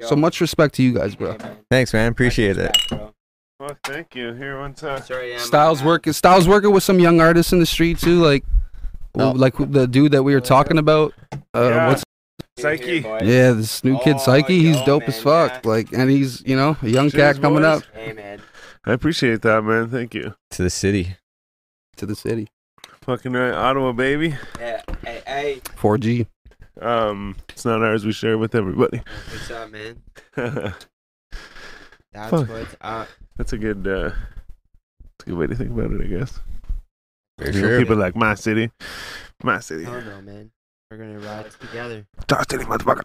yeah. So much respect to you guys, bro. Thanks, man. Appreciate it. fuck, thank you. Here one time. Styles working Styles working with some young artists in the street too, like Oh. like the dude that we were talking about. Uh, Yeah. what's Psyche. yeah, this new kid Oh, Psyche, he's yo, dope as man, fuck. yeah. Like and he's you know a young Cheers, cat coming boys. up Hey man, I appreciate that, man. Thank you. To the city. to the city. Fucking right, Ottawa, baby. yeah, hey, hey, 4G. Um, it's not ours. We share it with everybody. what's up, man? That's That's Fuck. what's up. a good. Uh, that's a good way to think about it, I guess. For You know, sure. People like my city, my city, Hell no, man. We're gonna ride together. Dodge City, motherfucker.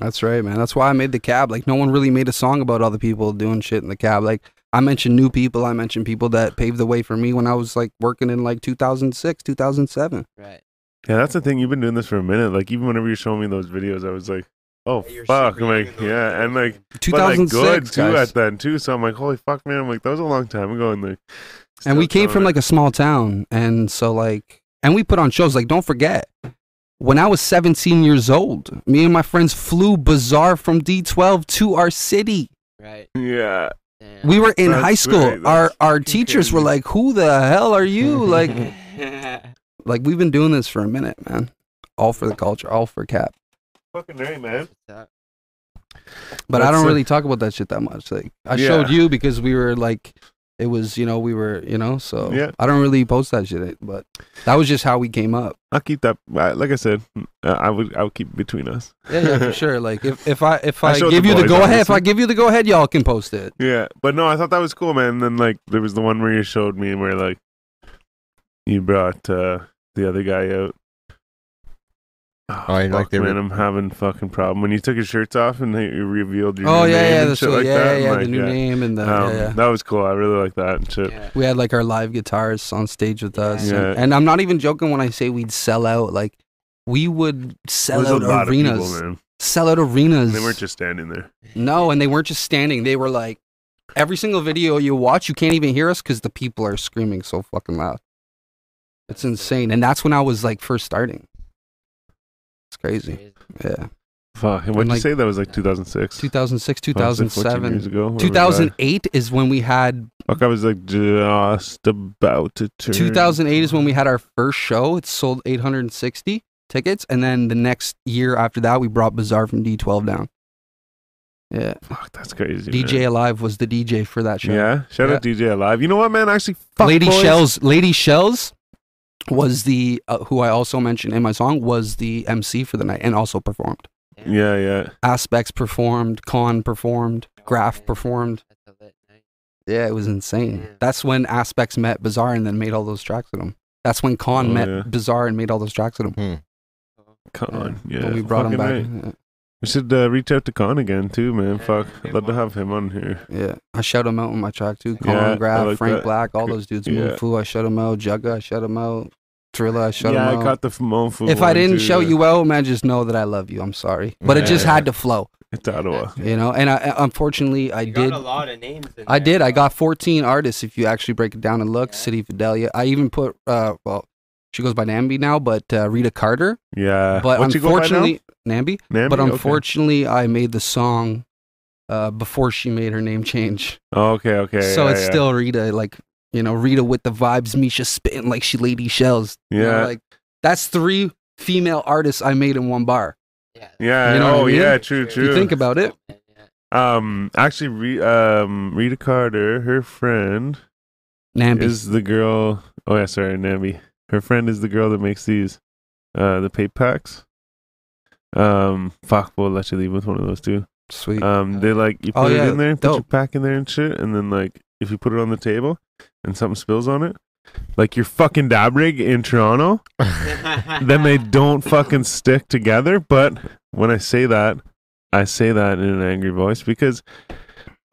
That's right, man. That's why I made the cab. Like no one really made a song about other people doing shit in the cab. Like I mentioned new people. I mentioned people that paved the way for me when I was like working in like 2006, 2007. Right. Yeah, that's the thing. You've been doing this for a minute. Like even whenever you're showing me those videos, I was like, oh You're fuck, super I'm like young in yeah, those and like but videos, man. like 2006, good too guys. at then too. So I'm like, holy fuck, man. I'm like that was a long time ago, and like. and we still came from killing like a small town and so like and we put on shows like don't forget when i was 17 years old me and my friends flew bizarre from d12 to our city Right. it. yeah. Damn. we were in That's high school right, our that's our fucking teachers were crazy. like who the hell are you like yeah. like we've been doing this for a minute man all for the culture all for cap Fucking right, man. What's up? but i That's don't a- really talk about that shit that much like i Yeah. showed you because we were like it was you know we were you know so Yeah. i don't really post that shit but that was just how we came up I'll keep that. uh, Like I said, uh, I would. I would keep it between us. Yeah, yeah, for sure. Like if, if I if I I, showed give the you the boys, go ahead, if obviously. I give you the go ahead, y'all can post it. Yeah, but no, I thought that was cool, man. And then like there was the one where you showed me where like you brought uh the other guy out. Oh, Oh, you fuck, like the re- man, I'm having fucking problem when you took your shirts off and they- you revealed your Oh new yeah, name yeah, and that's shit what, like yeah, that. I'm yeah, like, the new name and the Um, yeah, yeah. That was cool. I really like that and shit. Yeah. We had like our live guitarists on stage with us, Yeah. and, and I'm not even joking when I say we'd sell out. Like we would There sell was a lot out of people, arenas, man. sell out arenas. They weren't just standing there. no, and they weren't just standing. They were like every single video you watch, you can't even hear us because the people are screaming so fucking loud. It's insane. And that's when I was like first starting. It's crazy. Crazy. Yeah. Fuck. And And, what'd you like, say that was like 2006? 2006, Fuck, is it 14 Oh, years 2007. ago. Where was I? 2008 is when we had Fuck, I was like just about to turn. 2008 is when we had our first show. It sold 860 tickets and then the next year after that we brought Bizarre from D12 down. Yeah. Fuck, that's crazy. DJ man. Alive was the DJ for that show. Yeah. Shout out DJ Alive. You know what, man? Actually, fuck Lady boys. Shells, Lady Shells was the uh, who I also mentioned in my song was the MC for the night and also performed. Yeah, yeah. Aspects performed, Con performed, Graph performed. That's a lit night. Yeah, it was insane. Yeah. That's when Aspects met Bizarre and then made all those tracks with him. That's when Con Oh, met yeah. Bizarre and made all those tracks with him. Come on. Yeah. when we brought him fucking back. right. We should uh, reach out to Con again too, man. Fuck, I'd love to have him on here. Yeah. yeah. I shut him out on my track too. Con, Yeah, I Graph, like Frank that. Black, all those dudes. Yeah. Moon Fu, I shut him out. Jugga, I shut him out. Trilla, I shut yeah, him out. I caught the Mofu. if I didn't show you out, man, just know that I love you. I'm sorry, but it just Yeah. had to flow, It's Ottawa. you know. And I, I- unfortunately, I You did. got a lot of names. In I there, did. I bro. got 14 artists. If you actually break it down and look, Yeah. City Fidelia. I even put. uh Well, she goes by Nambi now, but uh, Rita Carter. Yeah, But What you go by now? unfortunately, Nambi. Nambi? But Okay. unfortunately, I made the song uh before she made her name change, Oh, okay, okay. so yeah, it's yeah. still Rita. Like you know, Rita with the vibes, Misha spitting like she lady shells. you know, Yeah. like that's three female artists I made in one bar. Yeah. Yeah. You know what I oh, mean? yeah. True. If True. you think about it. Yeah, yeah. um, actually, Re- um, Rita Carter, her friend Nambi. is the girl. Oh, yeah. Sorry, Nambi. Her friend is the girl that makes these, uh, the pay packs. Um, fuck, we'll let you leave with one of those too. Sweet. Um, they like you put Oh, it yeah, in there, put your dope. pack in there and shit, and then like if you put it on the table and something spills on it, like your fucking dab rig in Toronto, then they don't fucking stick together. But when I say that, I say that in an angry voice because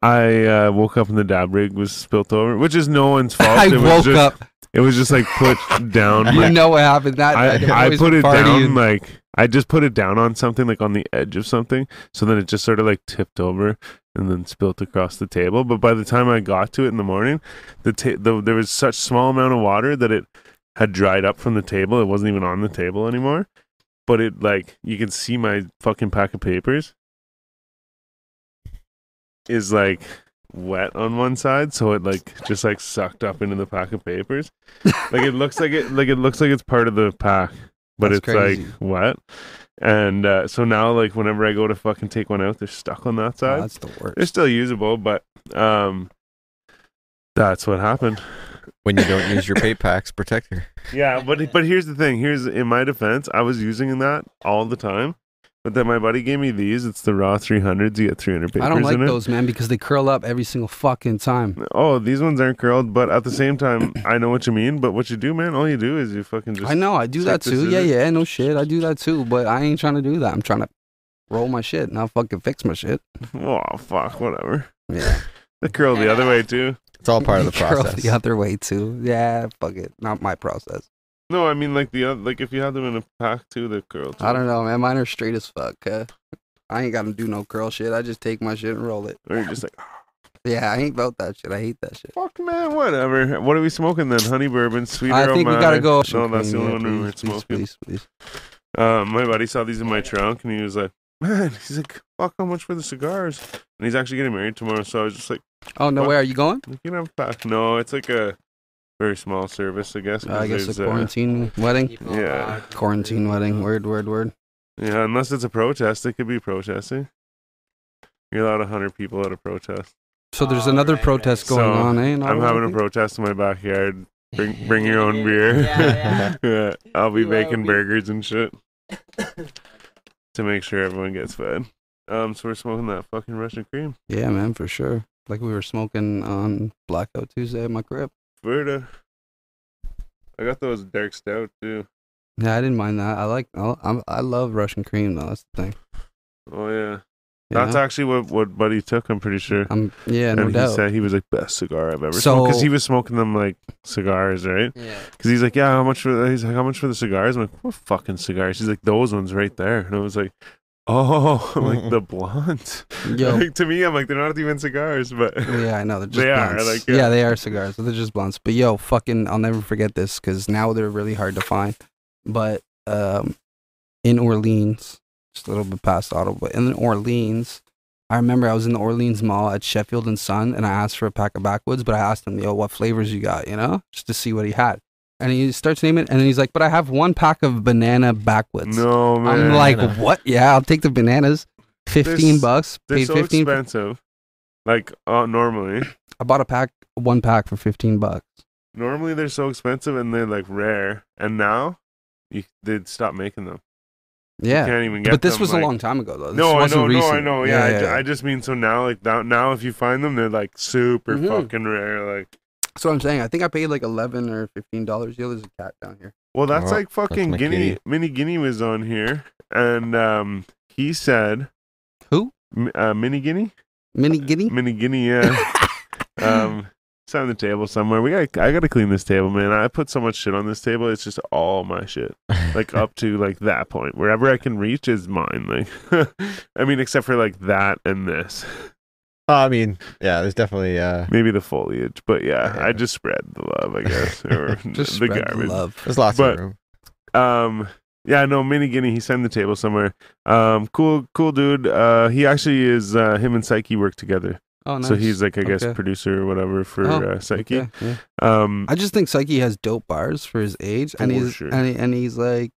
I uh, woke up and the dab rig was spilt over, which is no one's fault. I it was woke just, up. It was just like put down. You like, know what happened? That that I, I always put it party down and- like I just put it down on something like on the edge of something, so then it just sort of like tipped over and then spilt across the table. But by the time I got to it in the morning, the, ta- the there was such small amount of water that it had dried up from the table. It wasn't even on the table anymore. But it like you can see my fucking pack of papers is like wet on one side, so it like just like sucked up into the pack of papers. Like it looks like it like it looks like it's part of the pack, but That's it's crazy. like wet. And uh, so now, like whenever I go to fucking take one out, they're stuck on that Oh, side. that's the worst. they're still usable, but um, that's what happened. when you don't use your pay packs protector. Yeah, but but here's the thing. Here's in my defense, I was using that all the time. But then my buddy gave me these. It's the raw 300s. You get 300 papers I don't like in it. those, man, because they curl up every single fucking time. Oh, these ones aren't curled, but at the same time, I know what you mean. But what you do, man, all you do is you fucking just. I know, I do stick that the too. Yeah, scissors. yeah, no shit, I do that too. But I ain't trying to do that. I'm trying to roll my shit, not fucking fix my shit. Oh, fuck, whatever. Yeah, They curl the other way, too. It's all part of the Curl process. the other way too. Yeah, fuck it, not my process. No, I mean, like, the oth- like if you have them in a pack, too, they curl. Too. I don't know, man. Mine are straight as fuck. huh? I ain't gotta do no curl shit. I just take my shit and roll it. Or you're just like, Yeah, I ain't about that shit. I hate that shit. fuck, man, whatever. What are we smoking then? Honey bourbon, sweet I Earl think we Mare. gotta go. No, that's the only Yeah, one we were please, please, smoking. please, please. Um, my buddy saw these in my trunk, and he was like, man, he's like, fuck, how much for the cigars? And he's actually getting married tomorrow, so I was just like, Oh no, What? where are you going? you can have a pack. No, it's like a very small service, I guess. I 'cause guess a there's, uh, quarantine wedding. People Yeah. allowed to Quarantine do- wedding. Word, word, word. Yeah, unless it's a protest, it could be protesting. You're allowed 100 people at a protest. So there's All another right, protest right. going So, on, eh? in I'm Ottawa, having I a think? protest in my backyard. Bring bring your own beer. Yeah, Yeah, I'll be You will baking be. burgers and shit yeah. to make sure everyone gets fed. Um, so we're smoking that fucking Russian cream. Yeah, man, for sure. Like we were smoking on Blackout Tuesday at my crib. Verda. I got those dark stout too. Yeah, I didn't mind that. I like, I, I'm, I love Russian cream though. That's the thing. Oh yeah, you that's know? actually what what Buddy took. I'm pretty sure. I'm, yeah, no and he doubt. said he was like best cigar I've ever So- smoked because he was smoking them like cigars, right? Yeah. Cause he's like, yeah, how much for? He's like, how much for the cigars? I'm like, what fucking cigars? He's like, those ones right there. And I was like, Oh, I'm like the blunts. Yo, Like, to me, I'm like they're not even cigars, but yeah, I know they're just They are, blunts. like, yeah. yeah. they are cigars, but they're just blunts. But yo, fucking, I'll never forget this because now they're really hard to find. But um, in Orleans, just a little bit past Ottawa, but in Orleans, I remember I was in the Orleans Mall at Sheffield and Son, and I asked for a pack of backwoods. But I asked him, yo, what flavors you got? You know, just to see what he had. And he starts naming, and then he's like, "But I have one pack of banana backwoods." no man, I'm like, Banana. what? Yeah, I'll take the bananas. Fifteen s- bucks. they're Paid so fifteen. for- expensive. Like uh, normally, I bought a pack, one pack for fifteen bucks. normally they're so expensive and they're like rare, and now you, they'd stop making them. you Yeah, can't even get. but this them, was like- a long time ago though. This no, I wasn't know, no, recent. I know. Yeah, I, ju- yeah. I just mean so now, like now, now if you find them, they're like super Mhm. fucking rare. Like, So I'm saying, I think I paid like eleven or fifteen dollars. Yeah, there's a cat down here. well, that's Oh, like fucking my guinea. kitty. Mini guinea was on here, and um, he said, Who? M- uh, mini guinea, Uh, Mini guinea. mini guinea, yeah. um, it's on the table somewhere. We got. I gotta clean this table, man. I put so much shit on this table. It's just all my shit. like up to like that point wherever i can reach is mine like i mean except for like that and this I mean, yeah, there's definitely uh, maybe the foliage but yeah, Yeah. i just spread the love i guess or Just the spread garbage love. there's lots But- of room. um yeah no mini guinea he's on the table somewhere um cool cool dude uh he actually is uh him and psyche work together Oh nice. so he's like i guess Okay. producer or whatever for Oh, uh, psyche Okay, yeah. um I just think Psyche has dope bars for his age, and For he's sure. and, he, and he's like,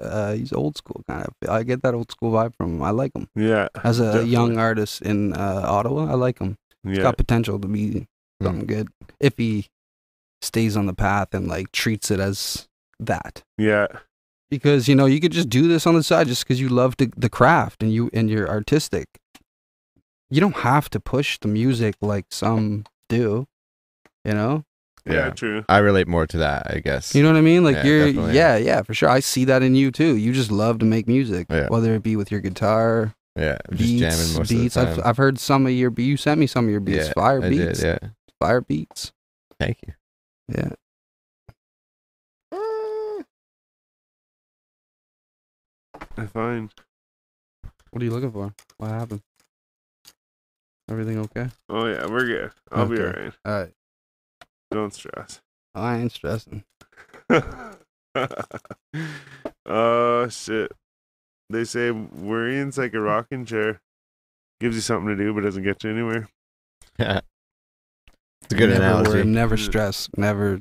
uh, he's old school kind of. I get that old school vibe from him. I like him yeah as a Definitely. young artist in uh, Ottawa. I like him. He's yeah got potential to be Hmm. something good if he stays on the path and like treats it as that. yeah Because you know you could just do this on the side just because you love to, the craft and you and you're artistic. You don't have to push the music like some do. You know, yeah, Yeah. true I relate more to that, I guess. you know what I mean. Like Yeah, you're, definitely. yeah, yeah, for sure. I see that in you too. You just love to make music, Yeah. whether it be with your guitar, yeah, I'm just beats, jamming most beats. of the time. I've, I've heard some of your. You sent me some of your beats, yeah, fire I did, beats, yeah, fire beats. thank you. Yeah. i find What are you looking for? What happened? Everything okay? oh yeah we're good i'll be all Okay. right All right. don't stress I ain't stressing. oh shit! They say worrying's like a rocking chair, gives you something to do but doesn't get you anywhere. Oh. It's a good never analogy. Worry, never stress. Never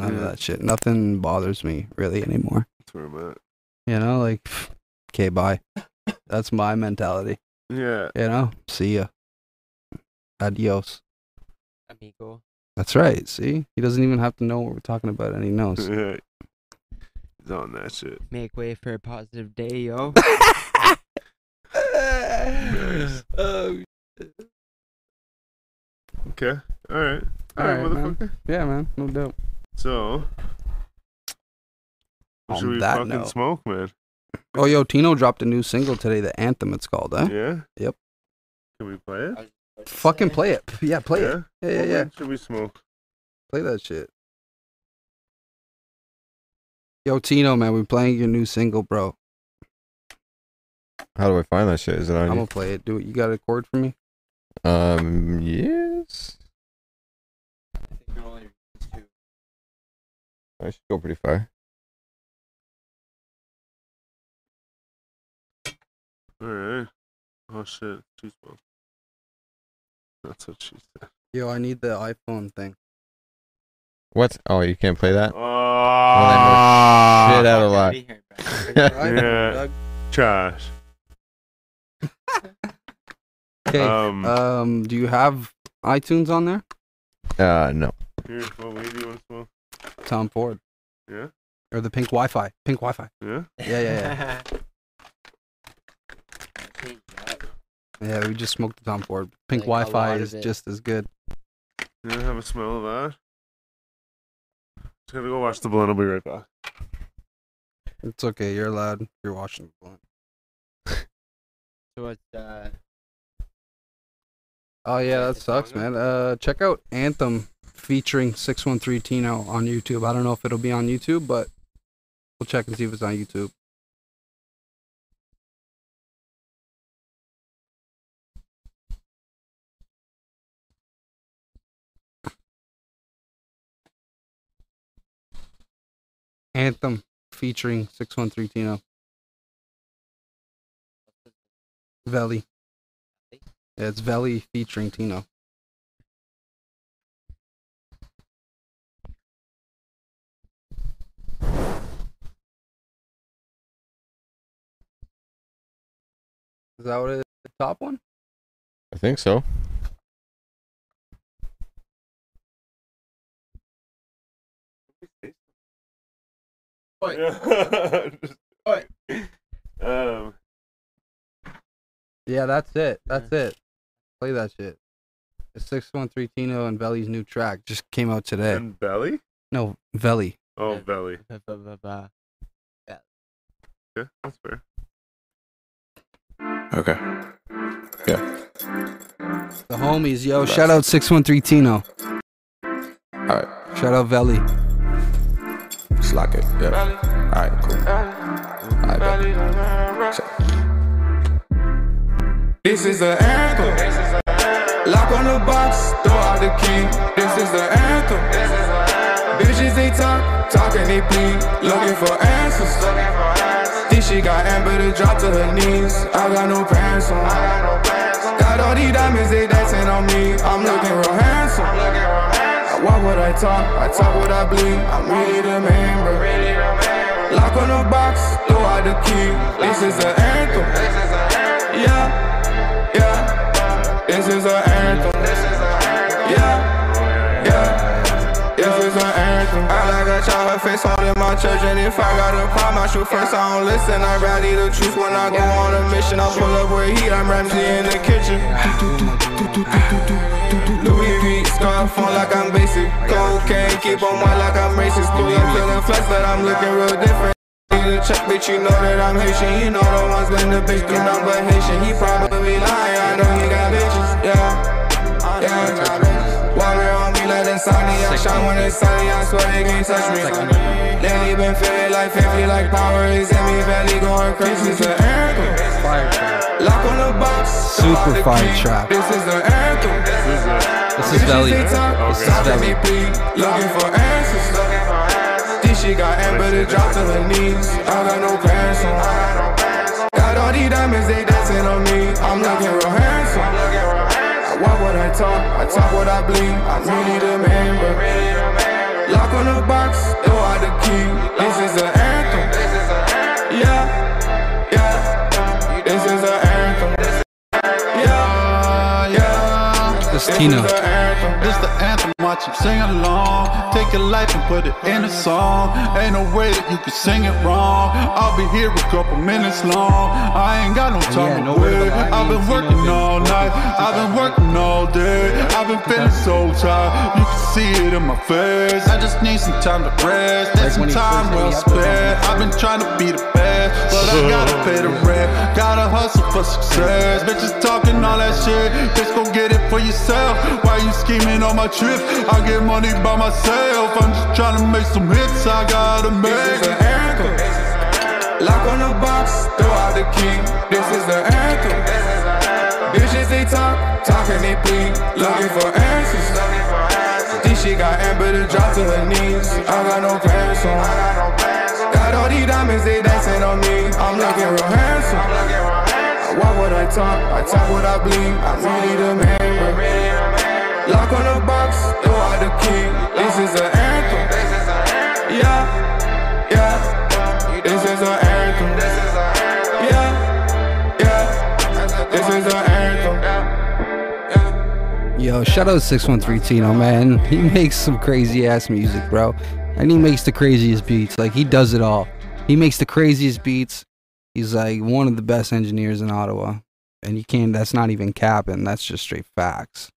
none of Yeah. that shit. Nothing bothers me really anymore. That's where I'm at. You know, like okay, bye. That's my mentality. Yeah, You know, see ya. Adios. Amigo. That's right. See, he doesn't even have to know what we're talking about, and he knows. yeah. He's on that shit. Make way for a positive day, yo. Nice. Okay. All right. All right, All right, man. motherfucker. Yeah, man, no doubt. So. On Should we that fucking note. smoke, man? Oh, yo, Tino dropped a new single today. The anthem, it's called. Huh? Yeah. Yep. Can we play it? Fucking play it. Yeah, play yeah. it. Yeah, yeah, Well, yeah. when Should we smoke? Play that shit. Yo, Tino, man, we're playing your new single, bro. How do I find that shit? Is it on? I'm you? gonna play it. Do it. You got a chord for me? Um, yes. I should go pretty far. All right. Oh shit. She smoked. That's what she said. Yo, I need the iPhone thing. What? Oh, you can't play that? Ah. Oh, shit out a lot. Outta here, bro. iPhone, Yeah. Doug. trash. Okay. Um, um, do you have iTunes on there? Uh, no. here, what weed do you want to smoke? Tom Ford. Yeah. Or the pink Wi-Fi. Pink Wi-Fi. Yeah. Yeah, yeah, Change it up. Yeah, we just smoked the Tom Ford. Pink Like, a Wi-Fi lot is of it. just as good. You want to have a smell of that? Just gotta go watch the blunt. I'll be right back. It's okay. You're allowed. You're watching. So it's uh, Oh yeah, that It's sucks, longer. man. Uh, check out Anthem featuring Six One Three Tino on YouTube. I don't know if it'll be on YouTube, but we'll check and see if it's on YouTube. Anthem featuring 613 Tino. Veli. Yeah, it's Veli featuring Tino. Is that what it is? The top one? I think so. Just- um, Yeah, that's it. That's it. Play that shit. It's 613 Tino and Veli's new track just came out today. and belly? No, Veli. Oh, Yeah. belly. Ba, ba, ba, ba. Yeah, that's fair. Okay. The homies, yo. Shout out 613 Tino. All right. Shout out Veli. Just lock it. Yeah. All right. Cool. All right. bet. This is the anthem. Lock on the box, throw out the key. This is the anthem. Bitches they talk, talking they bleed. Looking for answers. Think she got amber to drop to her knees. I got no pants on. Got all these diamonds, they dancing on me. I'm looking real handsome. I walk what I talk, I talk what I bleed. I'm really the man, bro. Lock on the box, throw out the key. This is the anthem. Yeah, yeah. This is an anthem. Yeah, yeah. This is an anthem. I like a child, her face all in my church, and if I got a problem, I shoot first. I don't listen. I rally the truth when I go on a mission. I pull up where he, I'm Ramsey in the kitchen. Louis V scarf on like I'm basic. Cocaine keep on white like I'm racist. Pull up to the flex, but I'm looking real different. Need a check, bitch, you know that I'm Haitian. You know the ones when the bitch do not but Haitian. He probably lying, I know he got bitches. Yeah, yeah, I got bitches. Water on me like insomnia. I shine when it's sunny, I swear they can't touch me. Lately been feeling like 50, like power is in me. Valley going crazy, it's an anthem. Fire track. Lock on the box. throw out Super the fire key. trap. This is an anthem. This is Veli. This is Veli. Looking for answers. This she got amber to drop to her knees. I got no pants on. Got all these diamonds, they dancing on me. I'm looking real handsome. I walk what I talk, I talk what I bleed. I'm really the man, but lock on the box, throw out the key. This is an anthem. Yeah, yeah. This is an anthem. Yeah, yeah. This is Tino. This the anthem, watch it, sing along. Take your life and put it in a song. Ain't no way that you can sing it wrong. I'll be here a couple minutes long. I ain't got no time to yeah, no word wait. of a lie I've been means, you know, working been all night. I've been working all day. I've been feeling so tired. You can see it in my face. I just need some time to rest. There's some when he time first well said he spent. had I've been trying to be the best, but I gotta pay the rent. Gotta hustle for success. Bitches talking all that shit. Bitch, go get it for yourself. Why you scheming on my trip? I get money by myself. I'm just trying to make some hits. I gotta This is make. the anthem. Lock on the box, throw out the key. This is the anthem. Bitches they talk, talking they bleed, looking for answers. Think she got amber to drop to her knees. I got no pants on. Got all these diamonds they dancing on me. I'm looking real handsome. I walk what I talk, I talk what I bleed. I'm really the man. Lock on the box, throw out the key. This is the anthem. Yeah. Yeah, this is an anthem. Yeah, yeah, this is an anthem. Yo, shout out 613 Tino, man. He makes some crazy ass music, bro. And he makes the craziest beats. Like, he does it all. He makes the craziest beats. He's like one of the best engineers in Ottawa. And you can't, that's not even capping. That's just straight facts.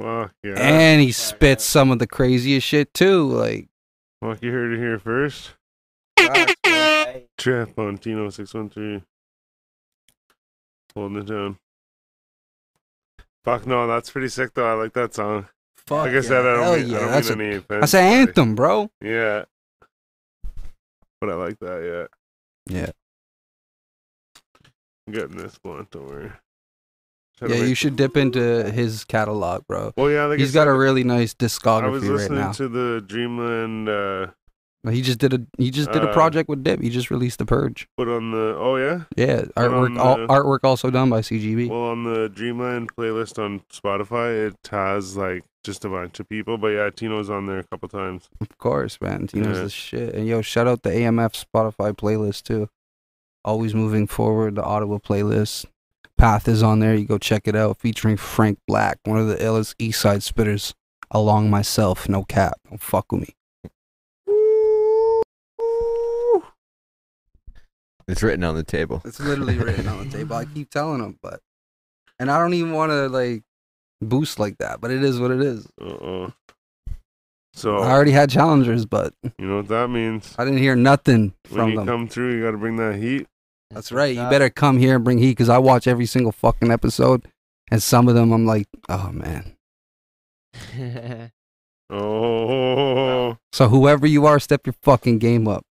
Fuck yeah. And he spits some of the craziest shit, too. Like, Fuck, you heard it here first. Gosh, okay. Trap on Tino 613. Holding it down. Fuck no, that's pretty sick though. I like that song. fuck. like I said, I hell don't mean, yeah. I don't that's mean a, any offense. that's an but- anthem, bro. Yeah. But I like that, yeah. Yeah. I'm getting this blunt, don't worry. Try to Yeah, make- you should dip into his catalog, bro. Well, yeah, like I He's got said, a really nice I was discography right listening now. to the Dreamland uh, No, He just did a he just did a Uh, project with Dip. He just released The Purge. But on the oh yeah, Yeah, But artwork on all, the- artwork also done by CGB. Well, on the Dreamland playlist on Spotify, it has like just a bunch of people. But yeah, Tino's on there a couple times. Of course, man. Tino's Yeah. the shit. And yo, shout out the AMF Spotify playlist too. Always moving forward, the Ottawa playlist. Path is on there. You go check it out. Featuring Frank Black, one of the illest East Side spitters, along myself. No cap. Don't fuck with me. It's written on the table. It's literally written on the table. I keep telling them, but and I don't even want to like boost like that. But it is what it is. Uh-uh. So I already had challengers, but you know what that means. I didn't hear nothing When from you them. come through, you got to bring that heat. That's right. You better come here and bring heat because I watch every single fucking episode, and some of them I'm like, oh man. Oh So whoever you are, step your fucking game up.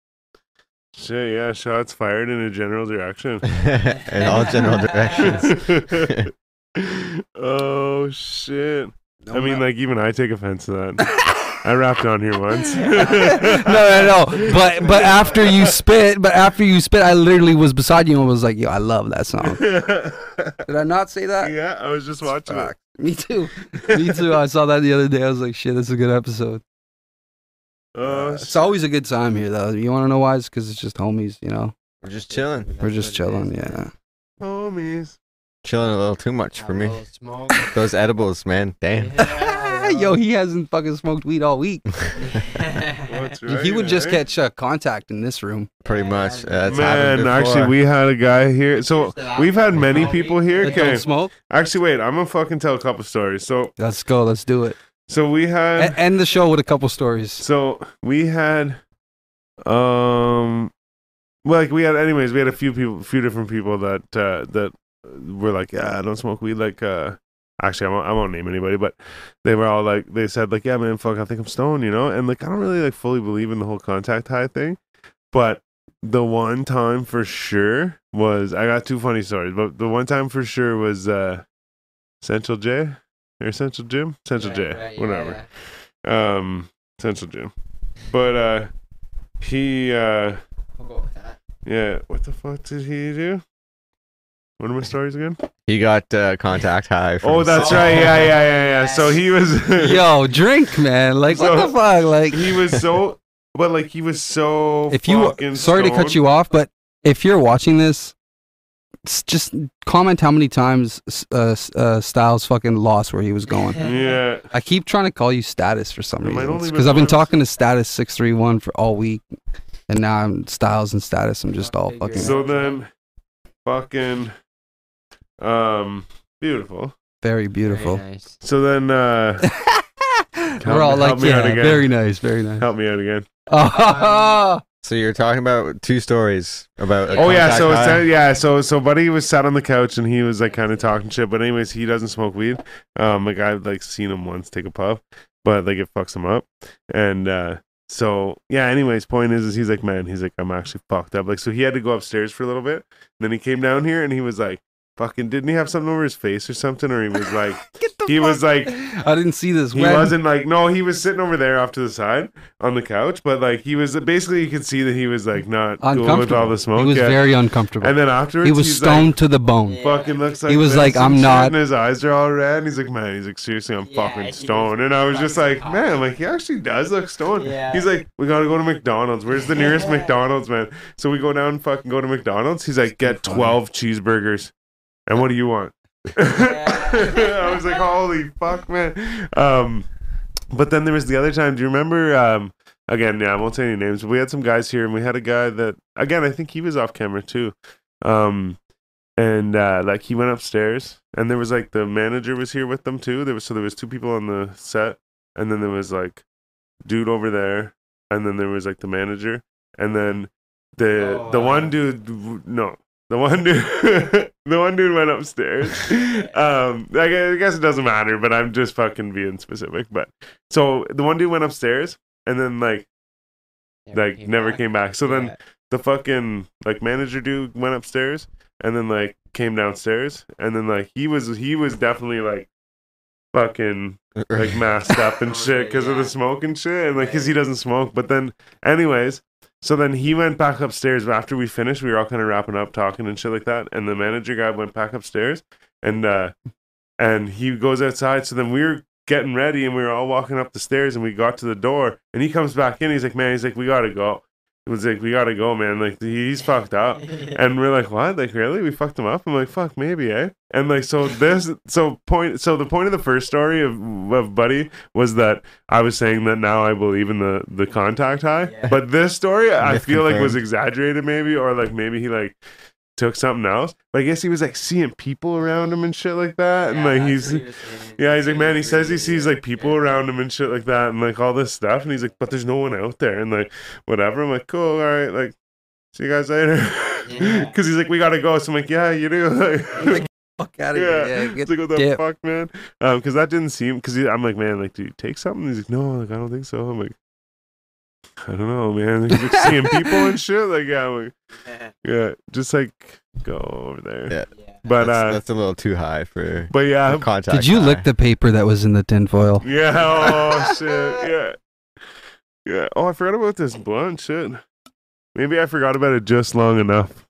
shit! Yeah, shots fired in a general direction. In all general directions. oh shit! No, I mean, like even I take offense to that. I rapped on here once. no, no, no. But but after you spit, but after you spit, I literally was beside you and was like, yo, I love that song. Did I not say that? Yeah, I was just watching it. Me too. Me too. I saw that the other day. I was like, shit, this is a good episode. Oh, It's always a good time here, though. You want to know why? It's because it's just homies, you know? We're just chilling. We're just chilling, yeah. homies. Chilling a little too much for me. Little smoke. Those edibles, man. Damn. Yeah, Yo, he hasn't fucking smoked weed all week. That's he right, would just eh? catch uh, contact in this room. Pretty much. Uh, that's happened Man, actually, before. we had a guy here. So we've had many people here. That don't Okay. smoke. Actually, wait. I'm gonna fucking tell a couple stories. So, Let's go. Let's do it. so we E- had, end the show with a couple stories. so we had, um, well, like we had. Anyways, we had a few people, few different people that uh, that were like, yeah, I don't smoke weed. Like, uh, actually, I won't, I won't name anybody, but they were all like, they said like, yeah, man, fuck, I think I'm stoned, you know. And like, I don't really like fully believe in the whole contact high thing, but the one time for sure was I got two funny stories, but the one time for sure was uh Central J or Central Jim, Central J, Right, right, yeah, whatever, yeah. um, Central Jim. But uh he, uh We'll go with that. yeah, what the fuck did he do? What are my stories again? He got uh, contact high. from Oh, that's right. Yeah, yeah, yeah, yeah. So he was. Oh, Yo, drink, man. Like, what So- the fuck? Like, he was so but like he was so if you fucking sorry to cut stoned. you off, but if you're watching this, s- just comment how many times s- uh, s- uh, Styles fucking lost where he was going. yeah I keep trying to call you Status for some It might reason only because I've been been once. talking to Status six three one for all week, and now I'm Styles and Status. I'm just all fucking so then fucking um beautiful Very very beautiful. nice. so then uh We're all Help me- like, help me yeah, out again. very nice, very nice. help me out again Oh, So you're talking about two stories about. a oh yeah contact so it's, high. yeah so so buddy was sat on the couch and he was like kind of talking shit but anyways he doesn't smoke weed um like i've like seen him once take a puff but like it fucks him up and uh so yeah anyways point is, is he's like man he's like i'm actually fucked up like so he had to go upstairs for a little bit and then he came down here and he was like fucking didn't he have something over his face or something or he was like he was like I didn't see this. he When- wasn't like no, he was sitting over there off to the side on the couch, but like he was basically you could see that he was like not cool with uncomfortable. all the smoke. He was yeah. very uncomfortable. and then afterwards he was he's, stoned like, to the bone. fucking looks like He was this like, and "I'm shit," not- and his eyes are all red and he's like man he's like seriously i'm Yeah, he fucking was stoned and i was just like fucking man I'm like he actually does look stoned Yeah. he's like we gotta go to mcdonald's where's the nearest mcdonald's man so we go down and fucking go to mcdonald's he's like get 12 cheeseburgers and what do you want i was like holy fuck man um but then there was the other time do you remember um again yeah i won't say any names but we had some guys here and we had a guy that again i think he was off camera too um and uh, like he went upstairs and there was like the manager was here with them too there was so there was two people on the set and then there was like dude over there and then there was like the manager and then the Oh, the wow. one dude w- no the one dude the one dude went upstairs um I gue- I guess it doesn't matter but i'm just fucking being specific but so the one dude went upstairs and then like like never came back so then Yeah. the fucking like manager dude went upstairs and then like came downstairs and then like he was he was definitely like fucking like masked up and shit because of the smoke and shit, and like because he doesn't smoke. But then, anyways, so then he went back upstairs. But after we finished, we were all kind of wrapping up, talking and shit like that. And the manager guy went back upstairs, and uh and he goes outside. So then we were getting ready, and we were all walking up the stairs, and we got to the door, and he comes back in. He's like, man, he's like, we gotta go. It was like, we gotta go, man. Like he's fucked up, and we're like, what? Like really? We fucked him up? I'm like, fuck, maybe, eh? And like so this so point so the point of the first story of of Buddy was that I was saying that now I believe in the the contact high, but this story I Myth feel like was confirmed. exaggerated, maybe, or like maybe he like took something else. But I guess he was like seeing people around him and shit like that, and like he's yeah, he's like, man, he says he sees like people around him and shit like that, and like all this stuff, and he's like, but there's no one out there, and like whatever. I'm like, cool, all right, like see you guys later, because he's like, we gotta go. So I'm like, yeah, you do. Like, fuck out of here. Yeah, it's like what the dip. fuck, man. Um, because that didn't seem. Because I'm like, man, like, do you take something? He's like, no, like I don't think so. I'm like, I don't know, man. He's like seeing people and shit. Like, yeah, I'm like, yeah, just like go over there. Yeah, but that's, uh, that's a little too high for. But yeah, for contact. Did you high. lick the paper that was in the tinfoil? Yeah. Oh shit. Yeah. Yeah. Oh, I forgot about this blunt shit. Maybe I forgot about it just long enough.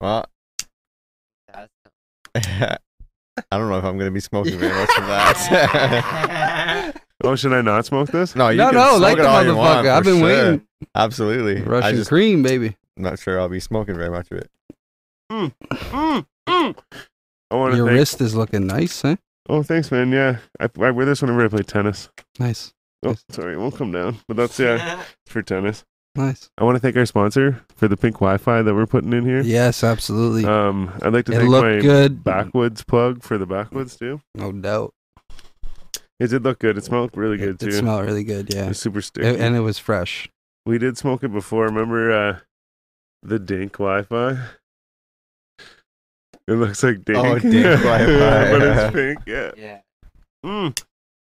Well, I don't know if I'm gonna be smoking very much of that. oh, should I not smoke this? No, you No, can no, smoke like it the all you want, for motherfucker. I've been sure. waiting. Absolutely, I Russian just cream, baby. I'm not sure I'll be smoking very much of it. Hmm. I want to Your thank. wrist is looking nice, huh? Oh, thanks, man. Yeah, I, I wear this whenever I play tennis. Nice. Oh, sorry, it won't come down. But that's yeah, it's for tennis. Nice. I want to thank our sponsor for the pink Wi-Fi that we're putting in here. Yes, absolutely. Um, I'd like to It thank looked my good. backwoods plug for the backwoods too. No doubt. It did look good. It smelled really good too. It smelled really good, yeah. It was super sticky. It- and it was fresh. We did smoke it before. Remember uh, the Dink Wi-Fi? It looks like Dink. Oh, Dink Wi-Fi. but it's pink. Yeah. Yeah. Mm.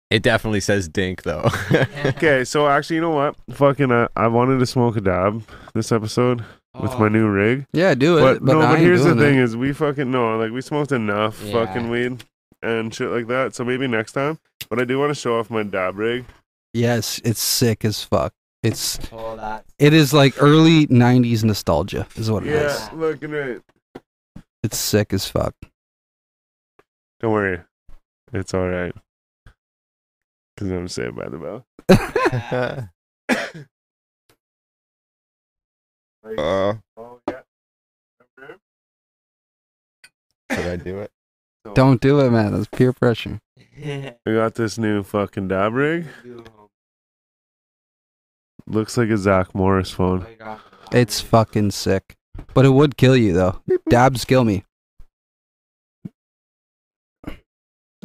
It definitely says dink though. Okay, so actually, you know what? Fucking, uh, I wanted to smoke a dab this episode with my new rig. Yeah, do it. But, But, no, I but ain't here's the doing thing: it. is we fucking know, like, we smoked enough Yeah. fucking weed and shit like that. So maybe next time. But I do want to show off my dab rig. Yes, it's sick as fuck. It's All that. it is like early '90s nostalgia, is what it is. Yeah, looking right. It's sick as fuck. Don't worry, it's all right. Cause I'm saved by the bell. Uh, Oh yeah. should I do it? Don't do it, man. That's peer pressure. I got this new fucking dab rig. Looks like a Zach Morris phone. It's fucking sick. But it would kill you though. Dabs kill me.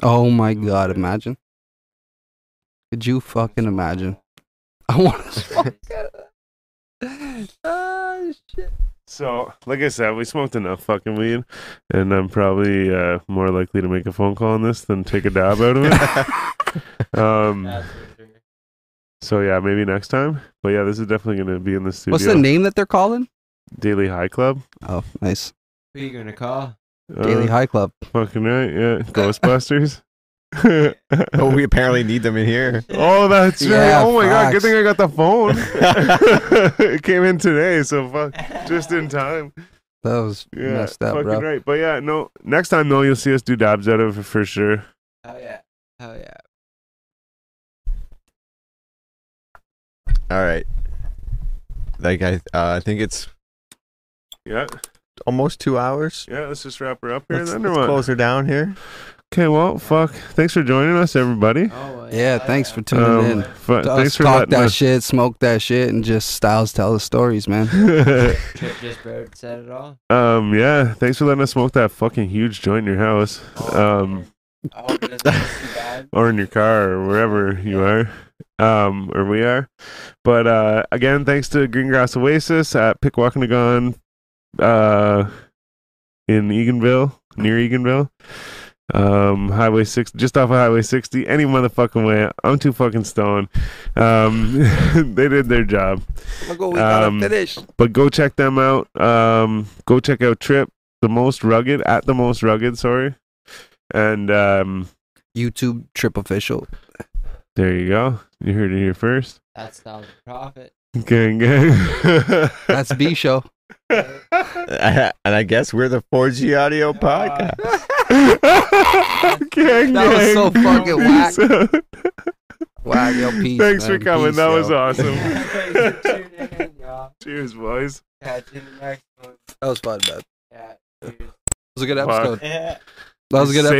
Oh my god! Imagine. Could you fucking imagine? I want to. oh shit! So, like I said, we smoked enough fucking weed, and I'm probably uh, more likely to make a phone call on this than take a dab out of it. um, so yeah, maybe next time. But yeah, this is definitely gonna be in the studio. What's the name that they're calling? Daily High Club. Oh, nice. Who you gonna call? Daily Uh, High Club. Fucking right, yeah. Ghostbusters. Oh, we apparently need them in here. Oh, that's Yeah, right. Oh my god, good facts. thing I got the phone. it came in today, so fuck, just in time. That was Yeah, messed up, fucking bro. right. But yeah, no. Next time though, you'll see us do dabs out of it for sure. Oh yeah. Oh yeah. All right. Like I, uh, I think it's Yeah, almost two hours. yeah. Let's just wrap her up here Let's, then, let's or what? close her down here. Okay, well, fuck. Thanks for joining us, everybody. Um, Oh Yeah, thanks for tuning in. fu- To thanks us for talk letting that us. shit, smoke that shit, and just Styles tell the stories, man. Trip just road said it all. um, yeah, thanks for letting us smoke that fucking huge joint in your house, um, I hope it doesn't taste too Oh, bad. or in your car, or wherever you are, um, or we are. But uh, again, thanks to Greengrass Oasis at Pickwalkinagon, uh, in Eganville, near Eganville. Um, Highway six, just off of Highway sixty, any motherfucking way. I'm too fucking stoned. Um, they did their job. Look what we gotta Um, finish. but go check them out. Um, go check out Trip, the most rugged at the most rugged. Sorry, And um, YouTube Trip Official. There you go. You heard it here first. That's not the profit. Gang, gang. That's B show. and I guess we're the 4G audio podcast. gang, That was so gang. fucking whack. So- Wow, yo, peace. Thanks man. for coming. Peace, that yo. was awesome. Thanks for tuning in, y'all. Cheers, boys. Catch you in the next one. That was fun, man. That Yeah, cheers. was a good Fuck. episode. Yeah. That was a good Save episode.